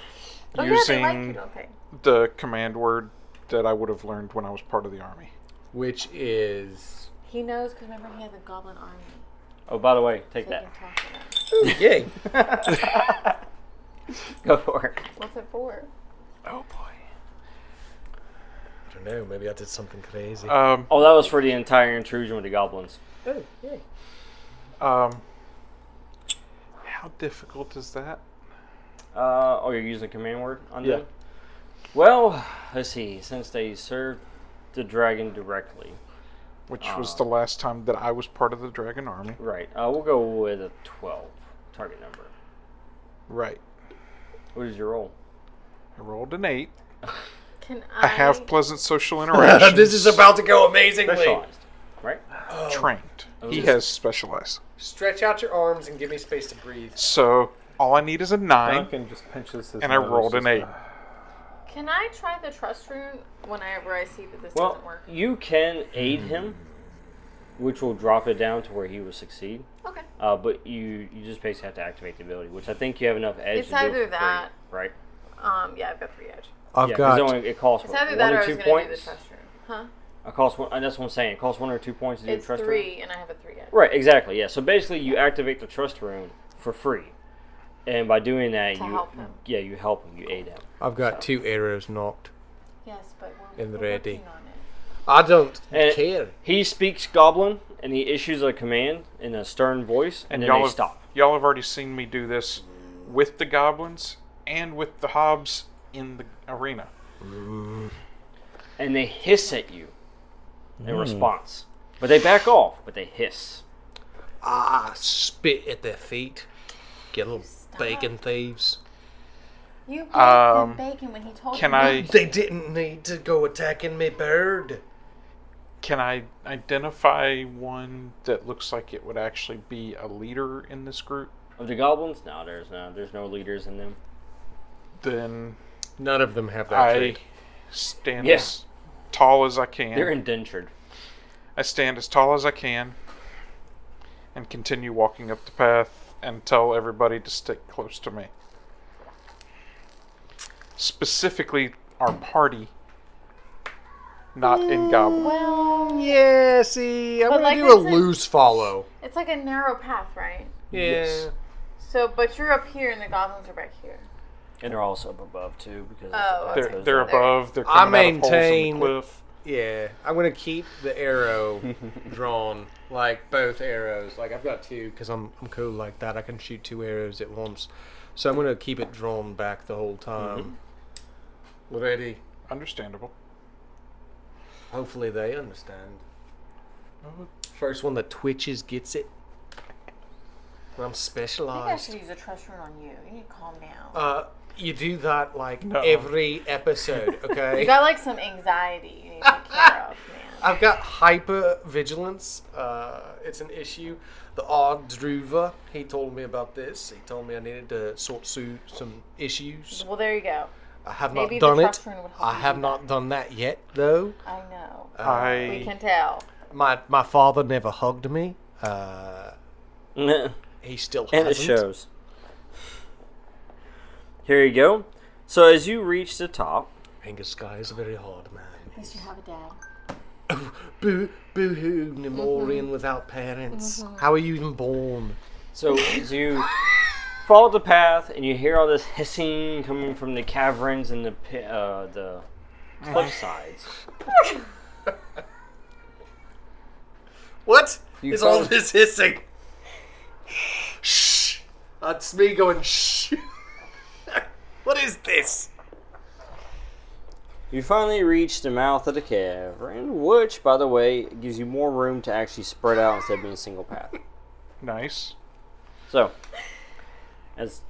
Speaker 3: yeah, they
Speaker 6: using
Speaker 3: like it, don't they?
Speaker 6: the command word that I would have learned when I was part of the army.
Speaker 5: which is
Speaker 3: He knows because remember he had the goblin army.
Speaker 2: Oh, by the way, take
Speaker 3: They can
Speaker 2: that.
Speaker 3: talk to them.
Speaker 5: yay.
Speaker 2: Go for it.
Speaker 3: What's it for?
Speaker 6: Oh boy.
Speaker 5: I don't know. Maybe I did something crazy.
Speaker 6: Um,
Speaker 2: Oh, that was for the entire intrusion with the goblins.
Speaker 5: oh, yay.
Speaker 6: um, how difficult is that?
Speaker 2: Uh, oh, you're using the command word on
Speaker 6: Yeah.
Speaker 2: them? Well, let's see. Since they served the dragon directly,
Speaker 6: Which was the last time that I was part of the Dragon Army.
Speaker 2: right? Uh, we'll go with a twelve target number.
Speaker 6: Right.
Speaker 2: What is your roll?
Speaker 6: I rolled an eight.
Speaker 3: Can I,
Speaker 6: I have pleasant social interactions.
Speaker 5: Uh, this is about to go amazingly.
Speaker 2: Specialized, right?
Speaker 6: trained. He
Speaker 2: Ooh.
Speaker 6: has specialized.
Speaker 5: Stretch out your arms and give me space to breathe.
Speaker 6: So all I need is a nine.
Speaker 7: Duncan just pinches his
Speaker 6: And I
Speaker 7: nose,
Speaker 6: rolled an
Speaker 7: just,
Speaker 6: eight.
Speaker 7: "Ah,
Speaker 3: Can I try the trust rune whenever I see that this
Speaker 2: Well,
Speaker 3: doesn't work?
Speaker 2: you can aid him, which will drop it down to where he will succeed.
Speaker 3: Okay.
Speaker 2: Uh, but you you just basically have to activate the ability, which I think you have enough edge.
Speaker 3: It's
Speaker 2: to do it
Speaker 3: either
Speaker 2: for free,
Speaker 3: that.
Speaker 2: right?
Speaker 3: Um. Yeah, I've got three edge.
Speaker 5: I've
Speaker 2: yeah, 'cause
Speaker 5: got.
Speaker 2: it only it costs
Speaker 3: It's
Speaker 2: what,
Speaker 3: either
Speaker 2: one
Speaker 3: that
Speaker 2: or
Speaker 3: or I was
Speaker 2: two
Speaker 3: gonna do the
Speaker 2: points.
Speaker 3: trust rune. Huh?
Speaker 2: It costs one. and That's what I'm saying. It costs one or two points to do
Speaker 3: It's
Speaker 2: the trust
Speaker 3: three,
Speaker 2: rune.
Speaker 3: and I have a three edge.
Speaker 2: Right, exactly. Yeah. So basically, you activate the trust rune for free, and by doing that,
Speaker 3: To
Speaker 2: you
Speaker 3: help him.
Speaker 2: yeah you help him, you aid him.
Speaker 5: I've got two arrows knocked.
Speaker 3: Yes, but we're,
Speaker 5: And
Speaker 3: we're
Speaker 5: ready.
Speaker 3: working on it.
Speaker 5: I don't
Speaker 2: And-
Speaker 5: care.
Speaker 2: He speaks Goblin, and he issues a command in a stern voice, and, then
Speaker 6: y'all
Speaker 2: they
Speaker 6: have,
Speaker 2: stop.
Speaker 6: Y'all have already seen me do this with the goblins and with the hobs in the arena.
Speaker 2: and they hiss at you in response. But they back off, but they hiss.
Speaker 5: Ah, spit at their feet. Get little bacon thieves.
Speaker 3: You gave
Speaker 6: Um,
Speaker 3: him bacon when he told
Speaker 6: Can
Speaker 3: you
Speaker 6: I
Speaker 5: They didn't need to go attacking me, bird.
Speaker 6: can I identify one that looks like it would actually be a leader in this group?
Speaker 2: Of the goblins? No, there's no there's no leaders in them.
Speaker 6: Then
Speaker 5: None of them have that
Speaker 6: I
Speaker 5: trait.
Speaker 6: stand
Speaker 2: Yeah.
Speaker 6: as tall as I can.
Speaker 2: They're indentured.
Speaker 6: I stand as tall as I can and continue walking up the path and tell everybody to stick close to me. Specifically, our party, not in Goblin.
Speaker 3: Mm, Well,
Speaker 5: Yeah, see, I'm
Speaker 3: But
Speaker 5: gonna
Speaker 3: like
Speaker 5: do a
Speaker 3: I said-
Speaker 5: loose follow.
Speaker 3: it's like a narrow path, right?
Speaker 5: Yeah.
Speaker 6: Yes.
Speaker 3: So, but you're up here, and the goblins are back here.
Speaker 2: And they're also up above too because
Speaker 3: Oh, okay.
Speaker 6: They're, they're above, they're
Speaker 5: I
Speaker 6: coming out of holes in
Speaker 5: maintain-
Speaker 6: the cliff.
Speaker 5: Yeah. I'm gonna keep the arrow drawn, like both arrows. Like I've got two, because I'm I'm cool like that. I can shoot two arrows at once. So I'm gonna keep it drawn back the whole time. Ready.
Speaker 6: Understandable.
Speaker 5: Hopefully they understand.
Speaker 6: Oh,
Speaker 5: First one that twitches gets it. I'm
Speaker 3: I think I
Speaker 5: specialized.
Speaker 3: should use a trust rune on you. You need to calm down.
Speaker 5: Uh, you do that like
Speaker 6: No.
Speaker 5: every episode,
Speaker 3: you
Speaker 5: okay?
Speaker 3: got like some anxiety you need to take care of, man.
Speaker 5: I've got hyper vigilance. Uh, it's an issue. The odd Druva, he told me about this. He told me I needed to sort through some issues.
Speaker 3: Well, there you go.
Speaker 5: I have
Speaker 3: Maybe the
Speaker 5: not done it.
Speaker 3: trust rune would help
Speaker 5: I
Speaker 3: you
Speaker 5: have
Speaker 3: do
Speaker 5: not done that yet, though.
Speaker 3: I know. Uh, we
Speaker 6: I
Speaker 3: can tell.
Speaker 5: My my father never hugged me. Uh,
Speaker 2: above.
Speaker 5: he still
Speaker 2: and it
Speaker 5: hasn't.
Speaker 2: shows. Here you go. So as you reach the top,
Speaker 5: Angus Sky is a very hard man.
Speaker 3: least you have a dad. Mm-hmm.
Speaker 5: Boo, boo hoo, Nemorian without parents. How are you even born?
Speaker 2: So as you follow the path and you hear all this hissing coming from the caverns and the pi- uh, the cliff sides.
Speaker 5: What is
Speaker 2: You
Speaker 5: all
Speaker 2: found-
Speaker 5: this hissing? Shh! That's me going shh. what is this?
Speaker 2: You finally reach the mouth of the cavern, which, by the way, gives you more room to actually spread out instead of being a single path.
Speaker 6: Nice.
Speaker 2: So, as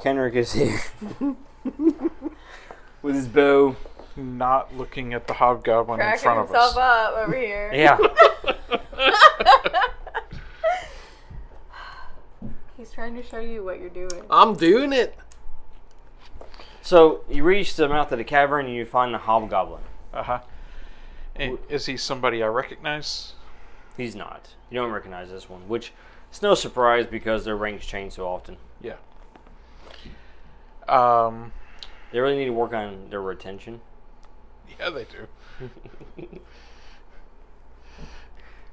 Speaker 2: Kenrick is here with his bow,
Speaker 6: Not looking at the hobgoblin in
Speaker 3: Cracking
Speaker 6: front of
Speaker 3: himself
Speaker 6: us.
Speaker 3: up over here.
Speaker 2: yeah,
Speaker 3: He's trying to show you what you're doing.
Speaker 5: I'm doing it.
Speaker 2: So you reach the mouth of the cavern and you find the hobgoblin.
Speaker 6: Uh huh. Is he somebody I recognize?
Speaker 2: He's not. You don't recognize this one, which is no surprise because their ranks change so often.
Speaker 6: Yeah. Um.
Speaker 2: They really need to work on their retention.
Speaker 6: Yeah, they do.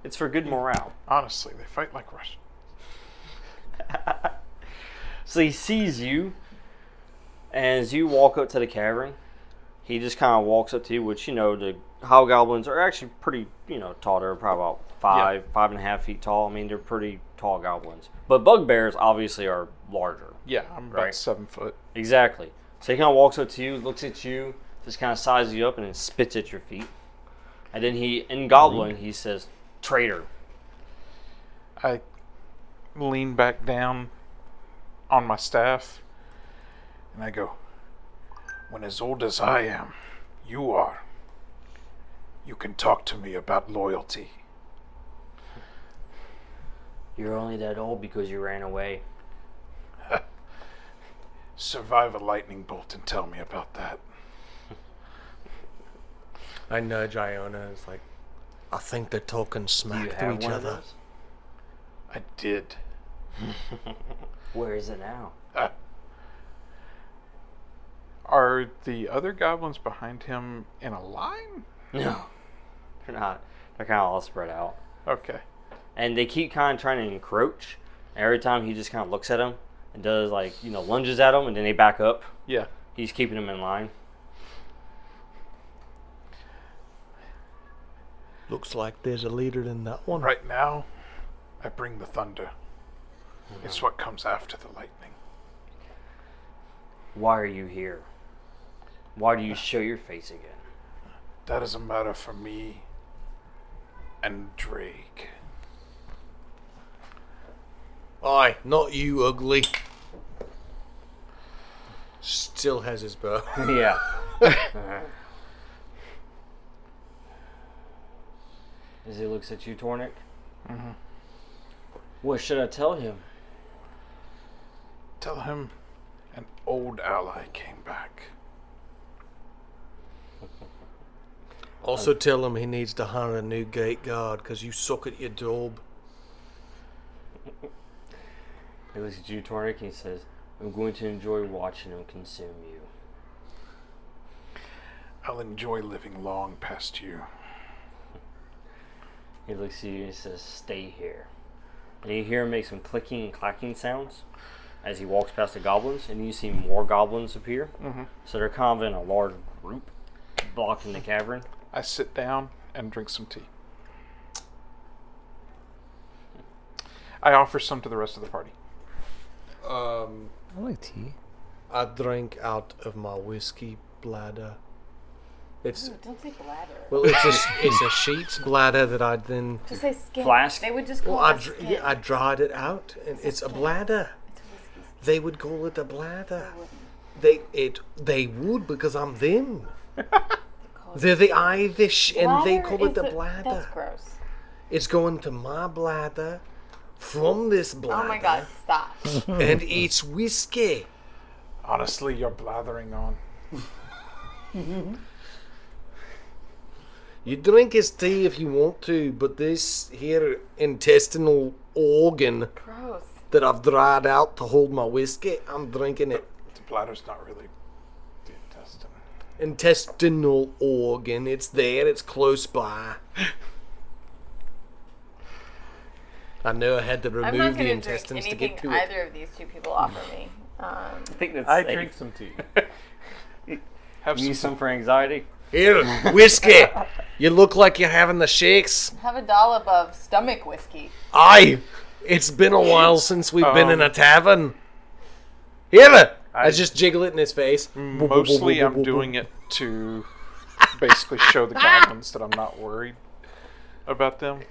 Speaker 2: It's for good morale.
Speaker 6: Honestly, they fight like Russians.
Speaker 2: So he sees you, and as you walk up to the cavern, he just kind of walks up to you, which you know the hobgoblins are actually pretty, you know, tall. They're probably about five, five and a half feet tall. I mean, they're pretty tall goblins. But bugbears obviously are larger.
Speaker 6: Yeah, I'm about
Speaker 2: Right.
Speaker 6: seven foot.
Speaker 2: Exactly. So he kind of walks up to you, looks at you, just kind of sizes you up, and then spits at your feet. And then he, in Goblin, he says, "Traitor."
Speaker 6: I lean back down on my staff and I go, When as old as I am, you are, you can talk to me about loyalty.
Speaker 2: You're only that old because you ran away.
Speaker 6: Survive a lightning bolt and tell me about that.
Speaker 5: I nudge Iona. It's like, I think they're talking
Speaker 2: You
Speaker 5: smack to
Speaker 2: have
Speaker 5: each
Speaker 2: one of
Speaker 5: other.
Speaker 2: those?
Speaker 6: I did. Uh,
Speaker 2: Where is it now?
Speaker 6: Are the other goblins behind him in a line?
Speaker 2: No, they're not. They're kind of all spread out,
Speaker 6: Okay.
Speaker 2: and they keep kind of trying to encroach. And every time he just kind of looks at them and does like you know lunges at them, and then they back up.
Speaker 6: Yeah.
Speaker 2: He's keeping them in line.
Speaker 5: Looks like there's a leader in that one.
Speaker 6: Right now, I bring the thunder. It's what comes after the lightning.
Speaker 2: Why are you here? Why do you show your face again?
Speaker 6: That is a matter for me and Drake.
Speaker 5: Aye, not you, ugly. Still has his bow.
Speaker 2: yeah. As he looks at you, Tornik. Mm-hmm. What should I tell him?
Speaker 6: Tell him an old ally came back.
Speaker 5: also, tell him he needs to hire a new gate guard because you suck at your job.
Speaker 2: He looks at you, Tornik, and he says, I'm going to enjoy watching him consume you.
Speaker 6: I'll enjoy living long past you.
Speaker 2: He looks at you and he says, Stay here. And you hear him make some clicking and clacking sounds as he walks past the goblins, and you see more goblins appear. Mm-hmm. So they're kind of in a large group blocking the cavern.
Speaker 6: I sit down and drink some tea. I offer some to the rest of the party.
Speaker 5: Um,
Speaker 4: I like tea.
Speaker 5: I drank out of my whiskey bladder. It's
Speaker 3: Don't say bladder.
Speaker 5: well, it's a it's a sheep's bladder that I then
Speaker 3: Just say skin.
Speaker 2: Flask?
Speaker 3: They would just call
Speaker 5: well I
Speaker 3: it
Speaker 5: dr-
Speaker 3: skin.
Speaker 5: yeah, I dried it out, and it's a bladder.
Speaker 3: It's whiskey skin.
Speaker 5: They would call it a bladder.
Speaker 3: They wouldn't.
Speaker 5: They it they would because I'm them.
Speaker 3: They call it-
Speaker 5: They're the Irish, and they
Speaker 3: Bladder
Speaker 5: call it
Speaker 3: is
Speaker 5: the
Speaker 3: a-
Speaker 5: bladder.
Speaker 3: That's gross.
Speaker 5: It's going to my bladder from this bladder.
Speaker 3: Oh my god, stop.
Speaker 5: And it's whiskey.
Speaker 6: Honestly, you're blathering on.
Speaker 5: You drink his tea if you want to, but this here intestinal organ
Speaker 3: gross.
Speaker 5: that I've dried out to hold my whiskey, I'm drinking it.
Speaker 6: The bladder's not really the intestine.
Speaker 5: intestinal organ. It's there. It's close by. I know I had to
Speaker 3: I'm not
Speaker 5: remove the
Speaker 3: going to drink
Speaker 5: intestines to
Speaker 3: anything
Speaker 5: get to it.
Speaker 3: either of these two people offer me. Um,
Speaker 2: I think that's
Speaker 7: I
Speaker 2: safe.
Speaker 7: drink some tea.
Speaker 6: Have
Speaker 2: You need
Speaker 6: some.
Speaker 2: some for anxiety?
Speaker 5: Here, whiskey. You look like you're having the shakes.
Speaker 3: have a dollop of stomach whiskey.
Speaker 5: Aye. It's been a while since we've been in a
Speaker 6: Um,
Speaker 5: tavern. Here. I,
Speaker 6: I-
Speaker 5: just jiggle it in his face.
Speaker 6: Mostly, I'm doing it to basically show the goblins that I'm not worried about them.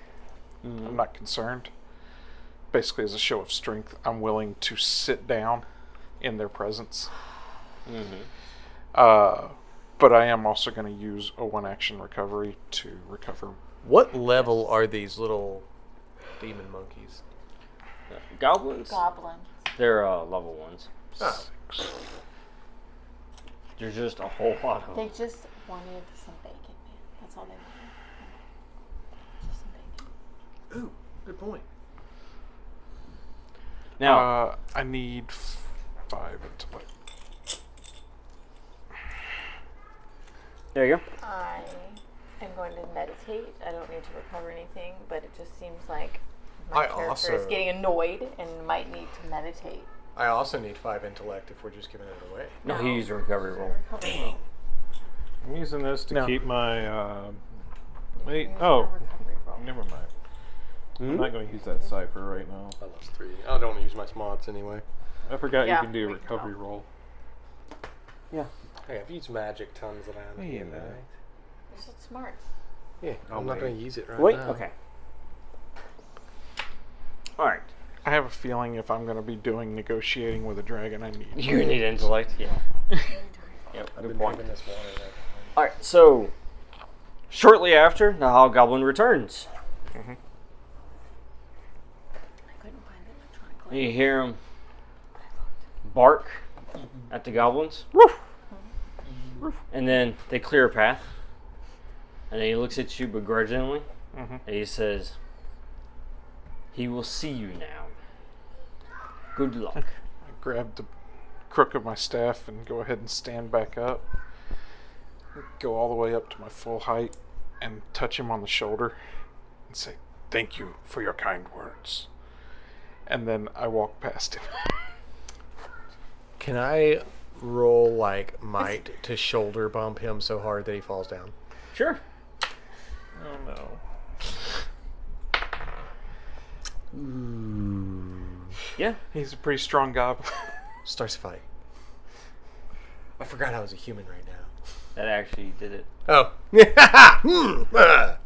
Speaker 6: I'm not concerned. Basically, as a show of strength, I'm willing to sit down in their presence.
Speaker 7: Mm-hmm.
Speaker 6: Uh, but I am also going to use a one action recovery to recover.
Speaker 5: What level are these little demon monkeys?
Speaker 2: Goblins?
Speaker 3: Goblin.
Speaker 2: They're uh, level ones.
Speaker 7: Ah.
Speaker 5: Oh.
Speaker 2: There's just a whole lot of them.
Speaker 3: They just wanted some bacon, man. That's all they wanted. Just some bacon.
Speaker 5: Ooh, good point.
Speaker 2: Now,
Speaker 6: Uh, I need f- five intellect.
Speaker 2: there you go.
Speaker 3: I am going to meditate. I don't need to recover anything, but it just seems like my
Speaker 5: I
Speaker 3: character is
Speaker 5: also-
Speaker 3: getting annoyed and might need to meditate.
Speaker 5: I also need five intellect if we're just giving it away.
Speaker 2: No, he used a recovery roll.
Speaker 3: Dang.
Speaker 7: I'm using this to
Speaker 6: No.
Speaker 7: keep my. Uh, wait, oh, never mind. I'm
Speaker 4: Hmm?
Speaker 7: not going to use that cipher right now.
Speaker 5: I lost three. I don't use my smarts anyway.
Speaker 7: I forgot
Speaker 3: Yeah,
Speaker 7: you can do a
Speaker 3: we can
Speaker 7: recovery
Speaker 3: tell.
Speaker 7: roll.
Speaker 5: Hey, I've used magic tons of times.
Speaker 7: Yeah, man.
Speaker 3: You're so smart.
Speaker 5: Yeah, I'm not
Speaker 7: wait.
Speaker 5: going to use it right
Speaker 2: Wait,
Speaker 5: now.
Speaker 2: okay. Alright.
Speaker 6: I have a feeling if I'm going to be doing negotiating with a dragon, I need.
Speaker 2: You need intellect? Yeah. yep,
Speaker 5: I've
Speaker 2: good
Speaker 5: been
Speaker 2: point.
Speaker 5: drinking this water. Right
Speaker 2: All right, so shortly after, the Hobgoblin returns.
Speaker 3: I couldn't find the electronic light.
Speaker 2: You hear him bark at the goblins, and then they clear a path. And he looks at you begrudgingly,
Speaker 6: Mhm.
Speaker 2: and he says, "He will see you now. Good luck."
Speaker 6: grab the crook of my staff and go ahead and stand back up. Go all the way up to my full height and touch him on the shoulder and say, Thank you for your kind words. And then I walk past him.
Speaker 5: Can I roll like might to shoulder bump him so hard that he falls down?
Speaker 2: sure.
Speaker 6: Oh no.
Speaker 2: Yeah.
Speaker 6: He's a pretty strong goblin.
Speaker 5: Starts a fight. I forgot I was a human right now.
Speaker 2: That actually did it.
Speaker 5: Oh. Hmm, ah.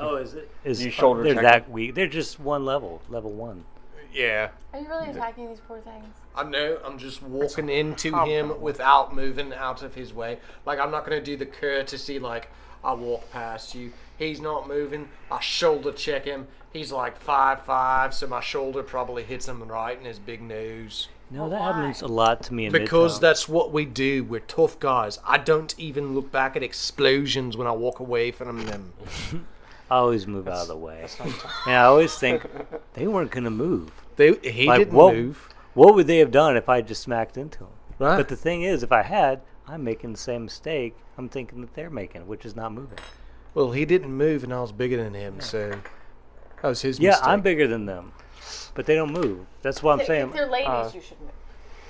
Speaker 4: Oh, is it? Is
Speaker 2: You shoulder
Speaker 4: They're
Speaker 2: check
Speaker 4: that weak. They're just one level, level one.
Speaker 5: yeah.
Speaker 3: Are you really attacking these poor things?
Speaker 5: I know. I'm just walking into him without moving out of his way. Like I'm not going to do the courtesy. Like I walk past you. He's not moving. I shoulder check him. He's like five five, so my shoulder probably hits him right in his big nose.
Speaker 4: No, that happens a lot to me in
Speaker 5: Because
Speaker 4: Midtown.
Speaker 5: that's what we do. We're tough guys. I don't even look back at explosions when I walk away from them.
Speaker 4: I always move out of the way. and I always think they weren't going to move.
Speaker 5: They, he
Speaker 4: Like,
Speaker 5: didn't
Speaker 4: whoa.
Speaker 5: move.
Speaker 4: What would they have done if I had just smacked into them?
Speaker 5: Right.
Speaker 4: But the thing is, if I had, I'm making the same mistake I'm thinking that they're making, which is not moving.
Speaker 5: Well, he didn't move, and I was bigger than him, so that was his
Speaker 4: Yeah,
Speaker 5: mistake.
Speaker 4: I'm bigger than them, but they don't move. That's what I'm
Speaker 3: If
Speaker 4: saying. uh,
Speaker 3: they're ladies, you should move.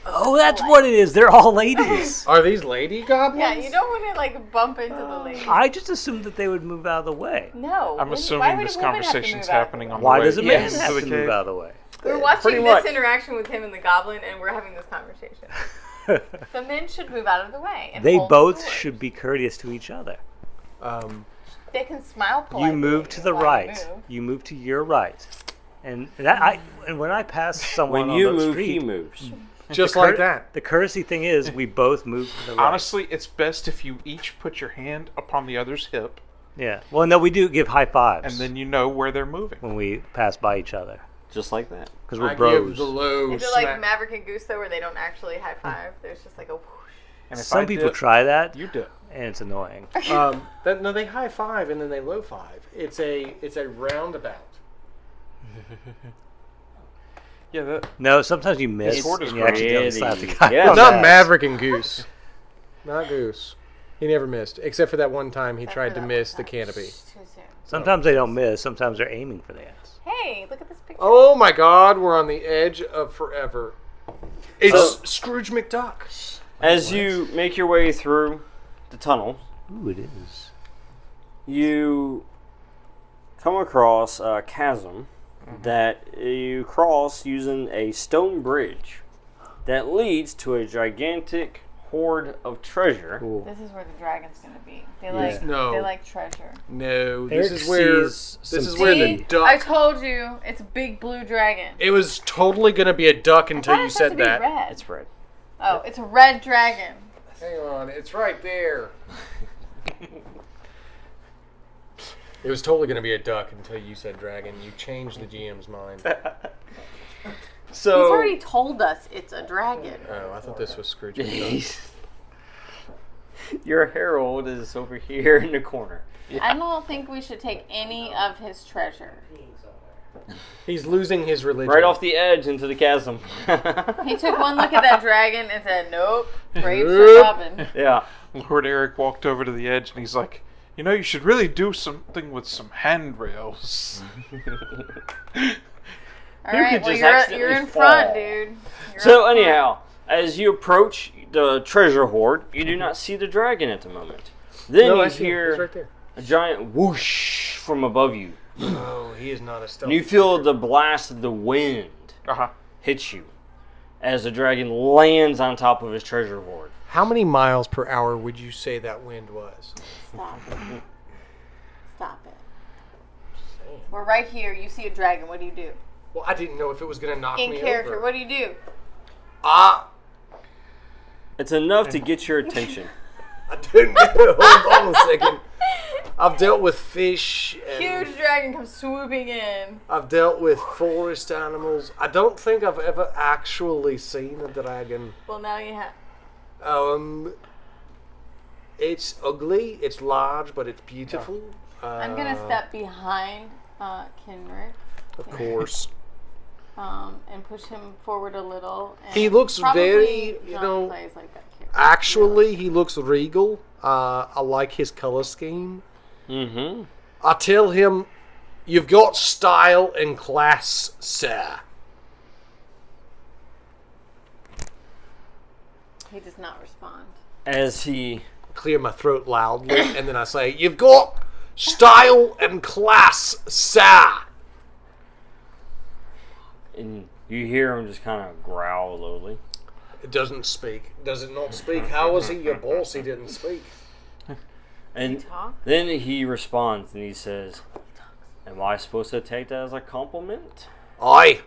Speaker 4: Oh, that's what it is. They're all ladies.
Speaker 5: Are these lady goblins?
Speaker 3: Yeah, you don't want to like bump into the ladies.
Speaker 4: I just assumed that they would move out of the way.
Speaker 3: No.
Speaker 6: I'm
Speaker 3: why
Speaker 6: assuming
Speaker 3: would a
Speaker 6: this
Speaker 3: woman have to
Speaker 6: conversation's
Speaker 3: move out?
Speaker 6: happening on
Speaker 4: Why
Speaker 6: the way.
Speaker 4: does a man
Speaker 2: yes.
Speaker 4: have
Speaker 6: into
Speaker 4: to
Speaker 6: the
Speaker 4: move
Speaker 6: cave.
Speaker 4: out of the way?
Speaker 3: We're watching
Speaker 2: much.
Speaker 3: this interaction with him and the goblin, and we're having this conversation. the men should move out of the way. And
Speaker 4: They
Speaker 3: hold the
Speaker 4: both
Speaker 3: door.
Speaker 4: should be courteous to each other.
Speaker 5: Um,
Speaker 3: They can smile politely.
Speaker 4: You move to the
Speaker 3: while you
Speaker 4: right.
Speaker 3: Oh, move.
Speaker 4: You move to your right, and that I and when I pass someone
Speaker 2: When
Speaker 4: on
Speaker 2: you
Speaker 4: the
Speaker 2: move,
Speaker 4: street,
Speaker 2: he moves.
Speaker 5: just
Speaker 4: cur-
Speaker 5: like that.
Speaker 4: The courtesy thing is we both move to the right.
Speaker 6: Honestly, it's best if you each put your hand upon the other's hip
Speaker 4: yeah. Well, no, we do give high fives
Speaker 6: and then you know where they're moving.
Speaker 4: when we pass by each other
Speaker 2: Just like that.
Speaker 4: because
Speaker 5: I
Speaker 4: we're
Speaker 5: give
Speaker 4: bros.
Speaker 5: the low
Speaker 3: Is it like
Speaker 5: smack. Mm.
Speaker 3: Maverick and Goose though, where they don't actually high five? There's just like a whoosh.
Speaker 6: And if I
Speaker 4: Some people
Speaker 6: dip,
Speaker 4: try that,
Speaker 6: You dip.
Speaker 4: and it's annoying.
Speaker 5: um, that, no, they high five and then they low five. It's a it's a roundabout.
Speaker 6: Yeah, that,
Speaker 4: No, sometimes you miss
Speaker 6: sword is
Speaker 4: and you accidentally
Speaker 2: crazy.
Speaker 4: slap the guy.
Speaker 2: Yeah.
Speaker 4: on
Speaker 2: Not
Speaker 4: the ass.
Speaker 5: Maverick and Goose. not goose. He never missed, except for that one time he
Speaker 3: Except
Speaker 5: tried
Speaker 3: for
Speaker 5: to
Speaker 3: that
Speaker 5: miss
Speaker 3: one
Speaker 5: the
Speaker 3: time.
Speaker 5: canopy.
Speaker 3: Shh, Too soon.
Speaker 4: Sometimes they don't miss. Sometimes they're aiming for the ants.
Speaker 3: Hey, look at this picture.
Speaker 5: Oh my God, we're on the edge of forever. It's Scrooge McDuck.
Speaker 2: As you make your way through the tunnel,
Speaker 4: Ooh, it is.
Speaker 2: you come across a chasm
Speaker 5: Mm-hmm.
Speaker 2: that you cross using a stone bridge that leads to a gigantic hoard of treasure.
Speaker 3: This is where the dragon's gonna be. They like
Speaker 5: No.
Speaker 3: they like treasure.
Speaker 5: No, this
Speaker 4: Eric
Speaker 5: is where
Speaker 4: sees
Speaker 5: this is
Speaker 4: some
Speaker 5: where
Speaker 3: See?
Speaker 5: the duck.
Speaker 3: I told you it's a big blue dragon.
Speaker 5: it was totally gonna be a duck until
Speaker 3: Why
Speaker 5: you
Speaker 3: does it have
Speaker 5: said
Speaker 3: to be
Speaker 5: that.
Speaker 3: Red?
Speaker 2: It's red.
Speaker 3: oh, it's a red dragon.
Speaker 5: Hang on, it's right there. it was totally going to be a duck until you said dragon. You changed the GM's mind. oh,
Speaker 3: He's
Speaker 2: So
Speaker 3: already told us it's a dragon.
Speaker 5: Oh, I thought this was Scrooge. McDuck.
Speaker 2: Jeez. your herald is over here in the corner.
Speaker 3: I don't think we should take any of his treasure.
Speaker 5: He's losing his religion.
Speaker 2: Right off the edge into the chasm.
Speaker 3: He took one look at that dragon and said, "Nope, grapes are
Speaker 5: Nope.
Speaker 3: robin."
Speaker 2: yeah.
Speaker 6: Lord Eric walked over to the edge and he's like, You know, you should really do something with some handrails.
Speaker 3: All
Speaker 2: You
Speaker 3: right,
Speaker 2: could
Speaker 3: well
Speaker 2: just
Speaker 3: you're
Speaker 2: accidentally
Speaker 3: you're in
Speaker 2: fall.
Speaker 3: front, dude. You're
Speaker 2: So
Speaker 3: up front.
Speaker 2: anyhow, as you approach the treasure hoard, you do not see the dragon at the moment. Then
Speaker 5: Mm-hmm. No,
Speaker 2: you
Speaker 5: I see him.
Speaker 2: hear
Speaker 5: He's right there.
Speaker 2: a giant whoosh from above you.
Speaker 5: Oh, he is not a
Speaker 2: And
Speaker 5: stealth.
Speaker 2: you feel the blast of the wind
Speaker 6: uh huh.
Speaker 2: hit you as the dragon lands on top of his treasure hoard.
Speaker 5: How many miles per hour would you say that wind was?
Speaker 3: Stop it. Stop it. We're right here. You see a dragon. What do you do?
Speaker 5: Well, I didn't know if it was going to knock
Speaker 3: In
Speaker 5: me
Speaker 3: character,
Speaker 5: over.
Speaker 3: what do you do?
Speaker 5: Ah,
Speaker 2: It's enough to get your attention.
Speaker 5: I didn't know. Hold on a second. I've dealt with fish. And
Speaker 3: Huge dragon comes swooping in.
Speaker 5: I've dealt with forest animals. I don't think I've ever actually seen a dragon.
Speaker 3: Well, now you have.
Speaker 5: Um, it's ugly. It's large, but it's beautiful.
Speaker 3: I'm gonna
Speaker 5: Uh.
Speaker 3: step behind uh, Kenrick
Speaker 5: Of course,
Speaker 3: um, and push him forward a little. And
Speaker 5: He looks
Speaker 3: probably
Speaker 5: very, you
Speaker 3: John
Speaker 5: know,
Speaker 3: plays like that character.
Speaker 5: actually, he looks regal. Uh, I like his color scheme.
Speaker 2: mm-hmm.
Speaker 5: I tell him, "You've got style and class, sir."
Speaker 3: He does not respond.
Speaker 2: As he
Speaker 5: Clear my throat loudly, and then I say, "You've got style and class, sir."
Speaker 2: and you hear him just kind of growl lowly.
Speaker 5: It doesn't speak. Does it not speak? How is he your boss? He didn't speak.
Speaker 2: And
Speaker 3: Talk.
Speaker 2: then he responds and he says, Am I supposed to take that as a compliment?
Speaker 5: Aye,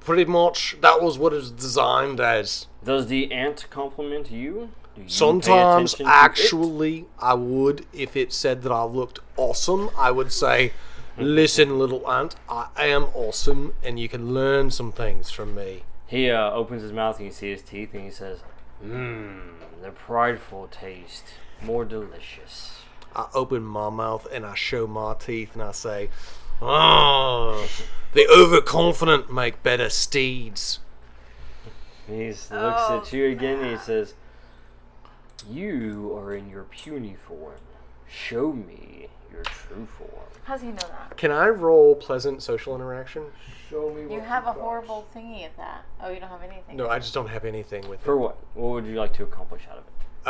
Speaker 5: pretty much. That was what it was designed as.
Speaker 2: Does the ant compliment you? Do you pay
Speaker 5: Sometimes,
Speaker 2: attention to it?
Speaker 5: actually, I would, if it said that I looked awesome, I would say, Listen, little ant, I am awesome, and you can learn some things from me.
Speaker 2: He uh, opens his mouth and you see his teeth and he says, Mmm, the prideful taste, more delicious.
Speaker 5: I open my mouth and I show my teeth and I say, Ah, the overconfident make better steeds.
Speaker 2: And he s- looks
Speaker 3: Oh,
Speaker 2: at you again and he says, You are in your puny form. Show me your true form.
Speaker 3: How does he know that?
Speaker 5: Can I roll pleasant social interaction?
Speaker 3: You have a horrible thingy at that. Oh, you don't have anything.
Speaker 5: No, I just don't have anything with
Speaker 2: For what? What would you like to accomplish out of it?
Speaker 5: it.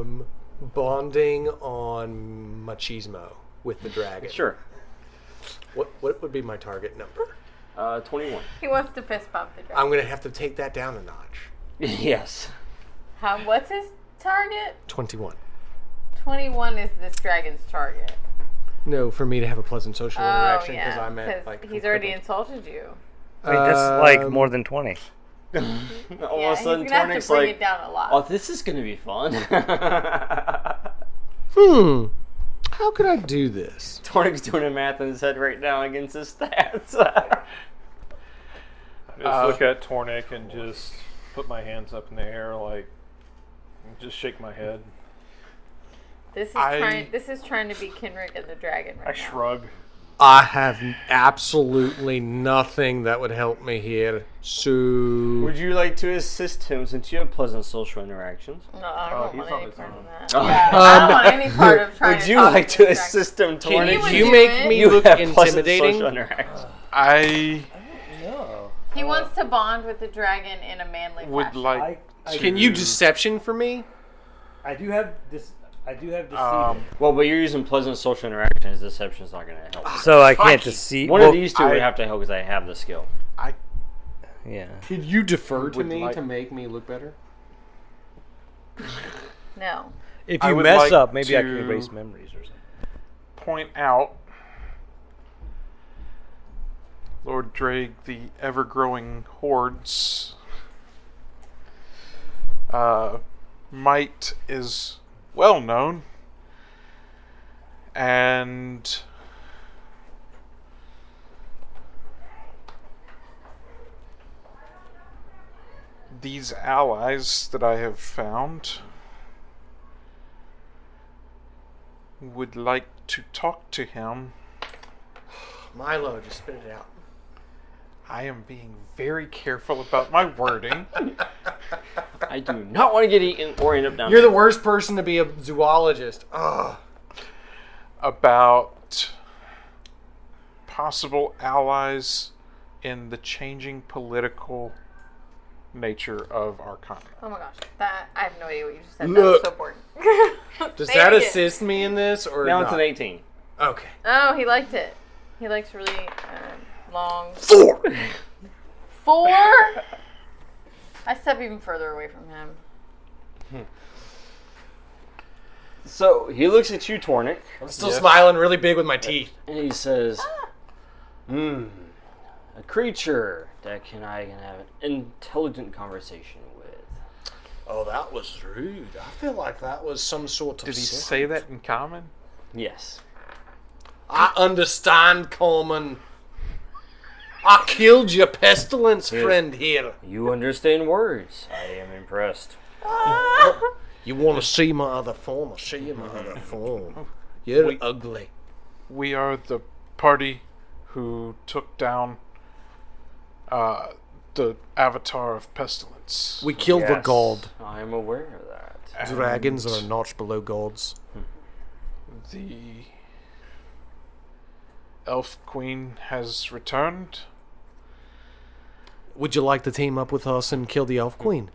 Speaker 5: Um, bonding on machismo with the dragon.
Speaker 2: Sure.
Speaker 5: What, what would be my target number?
Speaker 2: Uh, 21.
Speaker 3: He wants to fist bump the dragon.
Speaker 5: I'm gonna have to take that down a notch.
Speaker 2: yes.
Speaker 3: How, Um, what's his target?
Speaker 5: Twenty-one.
Speaker 3: 21 is this dragon's target.
Speaker 5: No, for me to have a pleasant social
Speaker 3: Oh,
Speaker 5: interaction because
Speaker 3: yeah.
Speaker 5: I'm at
Speaker 3: 'cause
Speaker 5: like. Um,
Speaker 3: he's already insulted you.
Speaker 4: Wait, that's like more than twenty.
Speaker 2: All
Speaker 3: yeah,
Speaker 2: of a sudden,
Speaker 3: he's gonna have
Speaker 2: Tornik's
Speaker 3: to bring
Speaker 2: like,
Speaker 3: it down a lot.
Speaker 2: Oh, this is going to be fun.
Speaker 5: Hmm. How could I do this?
Speaker 2: Tornik's doing a math in his head right now against his stats.
Speaker 7: Just
Speaker 6: Uh,
Speaker 7: look at Tornik and just put my hands up in the air, like, and just shake my head.
Speaker 3: This is
Speaker 6: I-
Speaker 3: trying. This is trying to be Kenrick and the dragon
Speaker 7: I
Speaker 3: right now.
Speaker 7: shrug.
Speaker 5: I have absolutely nothing that would help me here. So
Speaker 2: Would you like to assist him since you have pleasant social interactions?
Speaker 3: No, I
Speaker 7: Oh,
Speaker 3: don't
Speaker 7: he's
Speaker 3: want
Speaker 7: on
Speaker 3: any
Speaker 7: his
Speaker 3: part
Speaker 7: own.
Speaker 3: of that. Yeah, I don't want any part of trying
Speaker 2: Oh. Would
Speaker 3: to
Speaker 2: you
Speaker 3: talk
Speaker 2: like
Speaker 3: and
Speaker 2: to
Speaker 3: distract-
Speaker 2: assist him,
Speaker 5: can
Speaker 2: Tornik?
Speaker 3: would
Speaker 5: you
Speaker 3: do
Speaker 5: make
Speaker 3: it.
Speaker 5: me
Speaker 2: You
Speaker 5: look
Speaker 2: have pleasant
Speaker 5: intimidating?
Speaker 2: social interactions.
Speaker 6: I
Speaker 3: He wants to bond with the dragon in a manly
Speaker 6: would
Speaker 3: fashion.
Speaker 6: like.
Speaker 4: I,
Speaker 5: Can you deception for me?
Speaker 4: I do have this. I do have deceit.
Speaker 6: Um,
Speaker 2: Well, but you're using pleasant social interactions. Deception's not going to help.
Speaker 4: so I can't deceive.
Speaker 2: One
Speaker 4: well,
Speaker 2: of these two would
Speaker 6: I-
Speaker 2: have to help because Ah, I have the skill.
Speaker 6: I
Speaker 4: Yeah.
Speaker 5: Could you defer to
Speaker 6: Would
Speaker 5: me
Speaker 6: like-
Speaker 5: to make me look better?
Speaker 3: no.
Speaker 4: If
Speaker 6: I
Speaker 4: you
Speaker 6: would
Speaker 4: mess
Speaker 6: like
Speaker 4: up, maybe I can
Speaker 6: to-
Speaker 4: erase memories or something.
Speaker 6: point out Lord Drake, the ever growing hordes. Uh, might is well known. And these allies that I have found would like to talk to him
Speaker 5: Milo, just spit it out.
Speaker 6: I am being very careful about my wording.
Speaker 2: I do not want to get eaten or end up down
Speaker 5: You're the worst person to be a zoologist. Ugh.
Speaker 6: about possible allies in the changing political nature of our continent.
Speaker 3: Oh my gosh. That I have no idea what you just said.
Speaker 5: Look.
Speaker 3: That's so boring.
Speaker 5: Does
Speaker 3: Say
Speaker 5: that
Speaker 3: it again.
Speaker 5: assist me in this or
Speaker 2: Now
Speaker 5: not?
Speaker 2: it's an 18.
Speaker 5: Okay.
Speaker 3: Oh, he liked it. He likes really um, long.
Speaker 5: Four.
Speaker 3: Four? I step even further away from him.
Speaker 2: So he looks at you, Tornik,
Speaker 5: I'm still smiling really big with my teeth.
Speaker 2: and he says, Hmm, a creature that can I can have an intelligent conversation with.
Speaker 5: Oh, that was rude. I feel like that was some sort of.
Speaker 6: Did he
Speaker 5: sin.
Speaker 6: say that in common?
Speaker 2: Yes.
Speaker 5: I understand, Coleman. I killed your pestilence friend here.
Speaker 2: You understand words. I am impressed.
Speaker 5: You want to see my other form? I'll see you my other form. You're ugly.
Speaker 6: We are the party who took down uh, the avatar of pestilence.
Speaker 5: We killed the
Speaker 2: Yes,
Speaker 5: god.
Speaker 2: I am aware of that.
Speaker 6: And
Speaker 5: Dragons are a notch below gods.
Speaker 6: The elf queen has returned.
Speaker 5: Would you like to team up with us and kill the elf queen?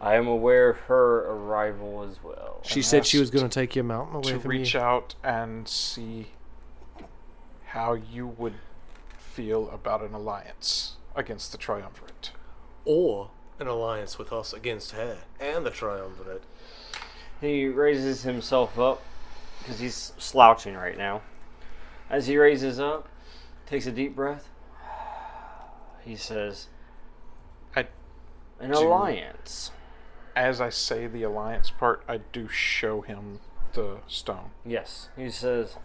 Speaker 2: I am aware of her arrival as well.
Speaker 5: She said she was
Speaker 6: asked
Speaker 5: going to take your mountain away
Speaker 6: to
Speaker 5: from
Speaker 6: reach
Speaker 5: you.
Speaker 6: out and see how you would feel about an alliance against the triumvirate.
Speaker 5: Or an alliance with us against her and the triumvirate.
Speaker 2: He raises himself up because he's slouching right now. As he raises up, takes a deep breath. He says,
Speaker 6: I,
Speaker 2: "An
Speaker 6: Do-
Speaker 2: alliance."
Speaker 6: as I say the alliance part, I do show him the stone.
Speaker 2: Yes, he says,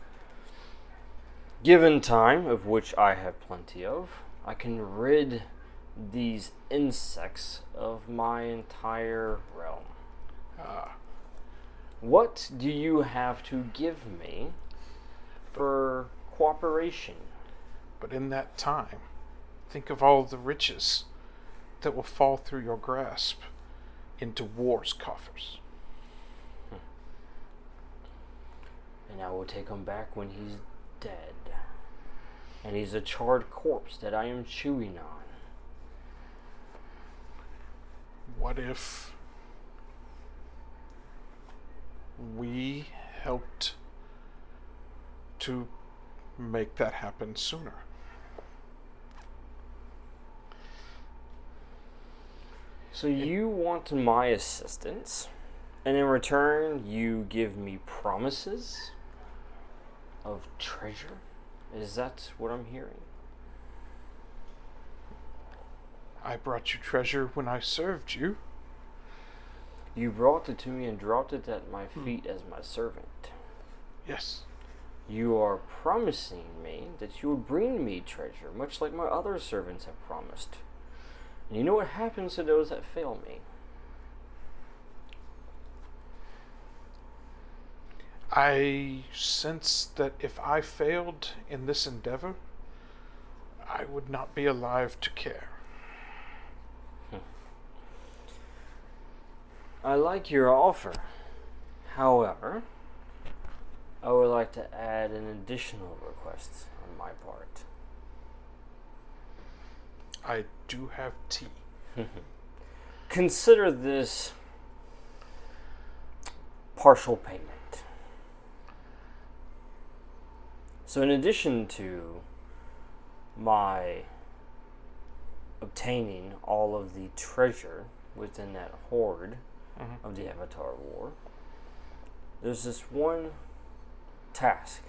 Speaker 2: Given time, of which I have plenty of, I can rid these insects of my entire realm.
Speaker 9: Ah.
Speaker 2: What do you have to give me for cooperation?
Speaker 6: But in that time, think of all the riches that will fall through your grasp into war's coffers.
Speaker 2: And I will take him back when he's dead. And he's a charred corpse that I am chewing on.
Speaker 6: What if we helped to make that happen sooner?
Speaker 2: So you want my assistance, and in return, you give me promises of treasure? Is that what I'm hearing?
Speaker 6: I brought you treasure when I served you.
Speaker 2: You brought it to me and dropped it at my feet as my servant.
Speaker 6: Yes.
Speaker 2: You are promising me that you will bring me treasure, much like my other servants have promised. And you know what happens to those that fail me?
Speaker 6: I sense that if I failed in this endeavor, I would not be alive to care.
Speaker 2: I like your offer. However, I would like to add an additional request on my part.
Speaker 6: I do have tea.
Speaker 2: Consider this partial payment. So, in addition to my obtaining all of the treasure within that hoard of the Avatar War, there's this one task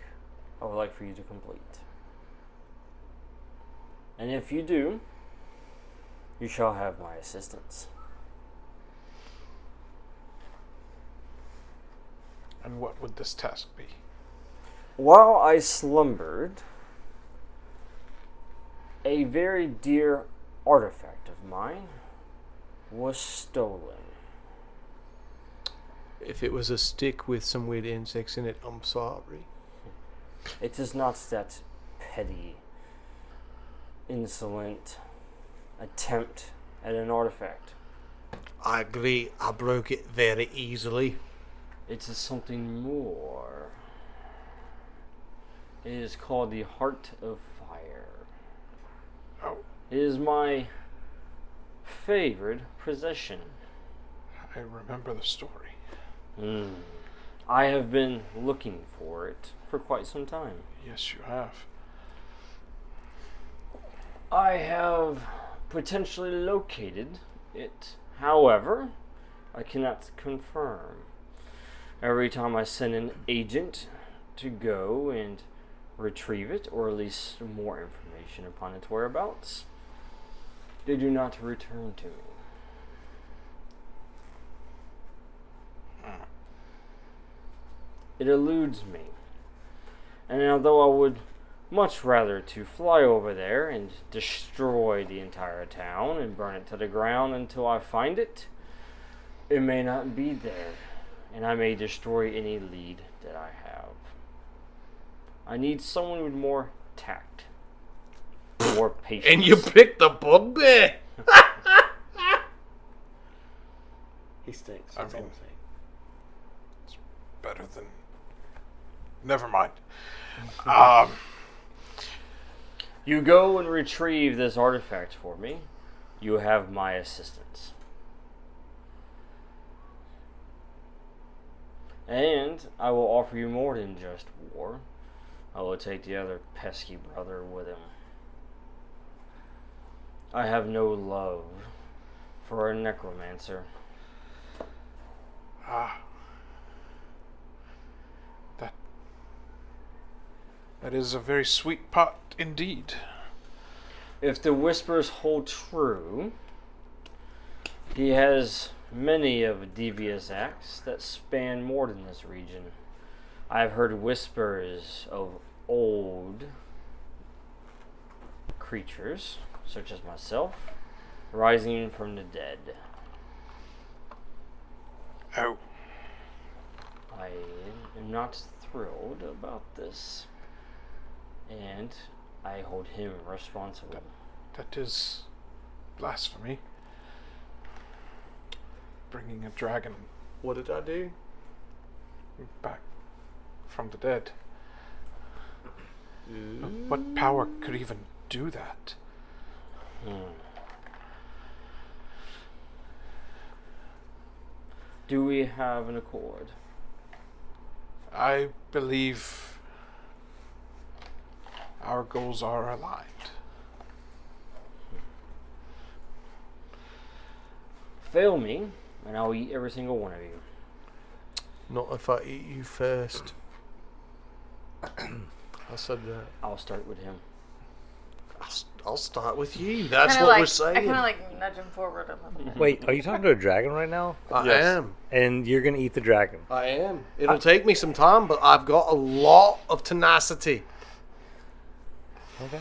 Speaker 2: I would like for you to complete. And if you do, you shall have my assistance.
Speaker 6: And what would this task be?
Speaker 2: While I slumbered, a very dear artifact of mine was stolen.
Speaker 5: If it was a stick with some weird insects in it, I'm sorry.
Speaker 2: It is not that petty, insolent attempt at an artifact.
Speaker 5: I agree. I broke it very easily.
Speaker 2: It is something more. It is called the Heart of Fire.
Speaker 6: Oh,
Speaker 2: It is my favorite possession.
Speaker 6: I remember the story.
Speaker 2: Mm. I have been looking for it for quite some time.
Speaker 6: Yes, you have.
Speaker 2: I have potentially located it. However, I cannot confirm. Every time I send an agent to go and retrieve it, or at least more information upon its whereabouts, they do not return to me. It eludes me. And although I would much rather to fly over there and destroy the entire town and burn it to the ground until I find it. It may not be there, and I may destroy any lead that I have. I need someone with more tact, more patience.
Speaker 5: And you picked the bugbear!
Speaker 2: he stinks.
Speaker 6: that's all I'm saying. better than. Never mind. um,
Speaker 2: You go and retrieve this artifact for me. You have my assistance. And I will offer you more than just war. I will take the other pesky brother with him. I have no love for a necromancer.
Speaker 6: ah, that that is a very sweet pot indeed.
Speaker 2: if the whispers hold true, he has many of devious acts that span more than this region. I've heard whispers of old creatures, such as myself, rising from the dead.
Speaker 6: Oh,
Speaker 2: I am not thrilled about this, and I hold him responsible.
Speaker 6: that is blasphemy. Bringing a dragon
Speaker 5: What did I do?
Speaker 6: back from the dead. What power could even do that?
Speaker 2: Hmm. Do we have an accord?
Speaker 6: I believe our goals are aligned.
Speaker 2: Fail me, and I'll eat every single one of you.
Speaker 5: Not if I eat you first. I said that.
Speaker 2: I'll start with him.
Speaker 5: I'll, s- I'll start with you. That's
Speaker 3: Kinda
Speaker 5: what
Speaker 3: like,
Speaker 5: we're saying.
Speaker 3: I kind of like nudge him forward a little bit.
Speaker 4: Wait, are you talking to a dragon right now?
Speaker 5: I am.
Speaker 4: And you're gonna eat the dragon?
Speaker 5: I am. It'll take me some time, but I've got a lot of tenacity.
Speaker 4: Okay.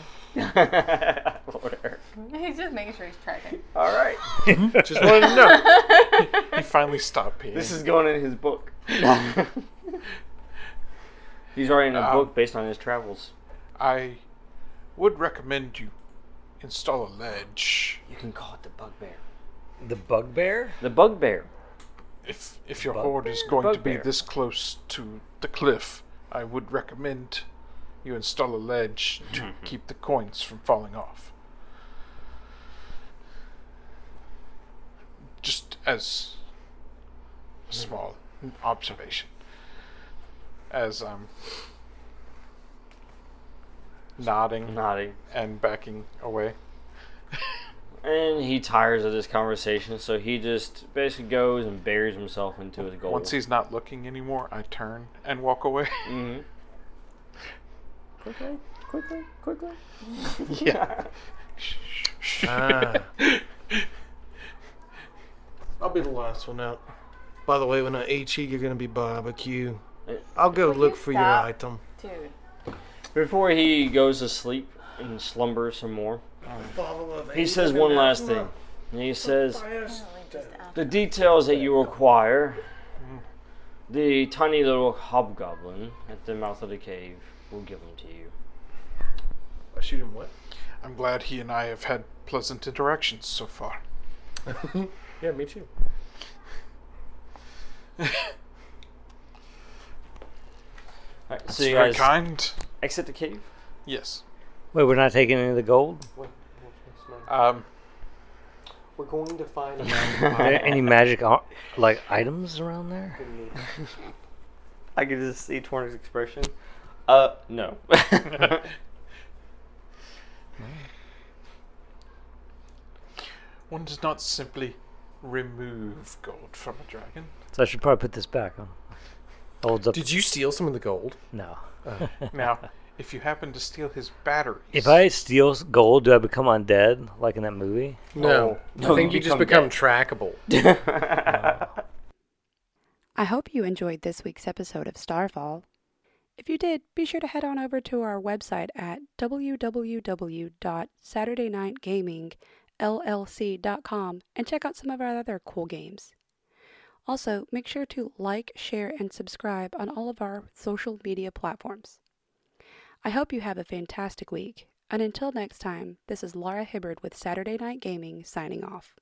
Speaker 2: Lord Eric.
Speaker 3: He's just making sure he's tracking.
Speaker 2: All right,
Speaker 5: Just wanted to know.
Speaker 6: He finally stopped peeing.
Speaker 2: this is going in his book.
Speaker 9: He's writing a
Speaker 6: Um,
Speaker 9: book based on his travels.
Speaker 6: I would recommend you install a ledge
Speaker 9: You can call it the bugbear.
Speaker 4: The bugbear?
Speaker 9: The bugbear.
Speaker 6: if if your
Speaker 4: Bug-
Speaker 6: hoard is going to be
Speaker 9: bugbear.
Speaker 6: this close to the cliff. I would recommend you install a ledge to keep the coins from falling off. Just as a small observation, as um, I'm nodding
Speaker 9: Nodding.
Speaker 6: and backing away.
Speaker 9: And he tires of this conversation, so he just basically goes and buries himself into his gold.
Speaker 6: Once he's not looking anymore, I turn and walk away.
Speaker 9: hmm Quickly, quickly, quickly.
Speaker 6: yeah.
Speaker 5: Ah. I'll be the last one out. By the way, when I eat you, you're gonna be barbecue.
Speaker 9: Uh,
Speaker 5: I'll go
Speaker 3: you
Speaker 5: look for your
Speaker 3: stop?
Speaker 5: item.
Speaker 3: Dude.
Speaker 9: Before he goes to sleep and slumbers some more, he says one last thing. And he says,
Speaker 3: uh,
Speaker 9: The details that you require, the tiny little hobgoblin at the mouth of the cave will give them to you.
Speaker 5: I shoot him what?
Speaker 6: I'm glad he and I have had pleasant interactions so far.
Speaker 5: Yeah, me too.
Speaker 9: Alright,
Speaker 6: It's
Speaker 9: so you
Speaker 6: very
Speaker 9: guys
Speaker 6: kind.
Speaker 9: exit the cave?
Speaker 6: Yes.
Speaker 4: Wait, we're not taking any of the gold?
Speaker 6: Um,
Speaker 5: We're going to find a
Speaker 4: Are there any magic ar- like items around there?
Speaker 9: I can just see Tornik's expression. Uh, no.
Speaker 6: one does not simply remove gold from a dragon.
Speaker 4: So I should probably put this back on. Holds up.
Speaker 5: Did you steal some of the gold?
Speaker 4: no.
Speaker 6: now, if you happen to steal his batteries,
Speaker 4: If I steal s- gold, do I become undead like in that movie?
Speaker 5: No. I think
Speaker 9: you
Speaker 5: you just
Speaker 9: become
Speaker 5: become trackable.
Speaker 2: Mm-hmm.
Speaker 1: I hope you enjoyed this week's episode of Starfall. If you did, be sure to head on over to our website at www.saturdaynightgamingllc.com and check out some of our other cool games. Also, make sure to like, share, and subscribe on all of our social media platforms. I hope you have a fantastic week, and until next time, this is Laura Hibbard with Saturday Night Gaming signing off.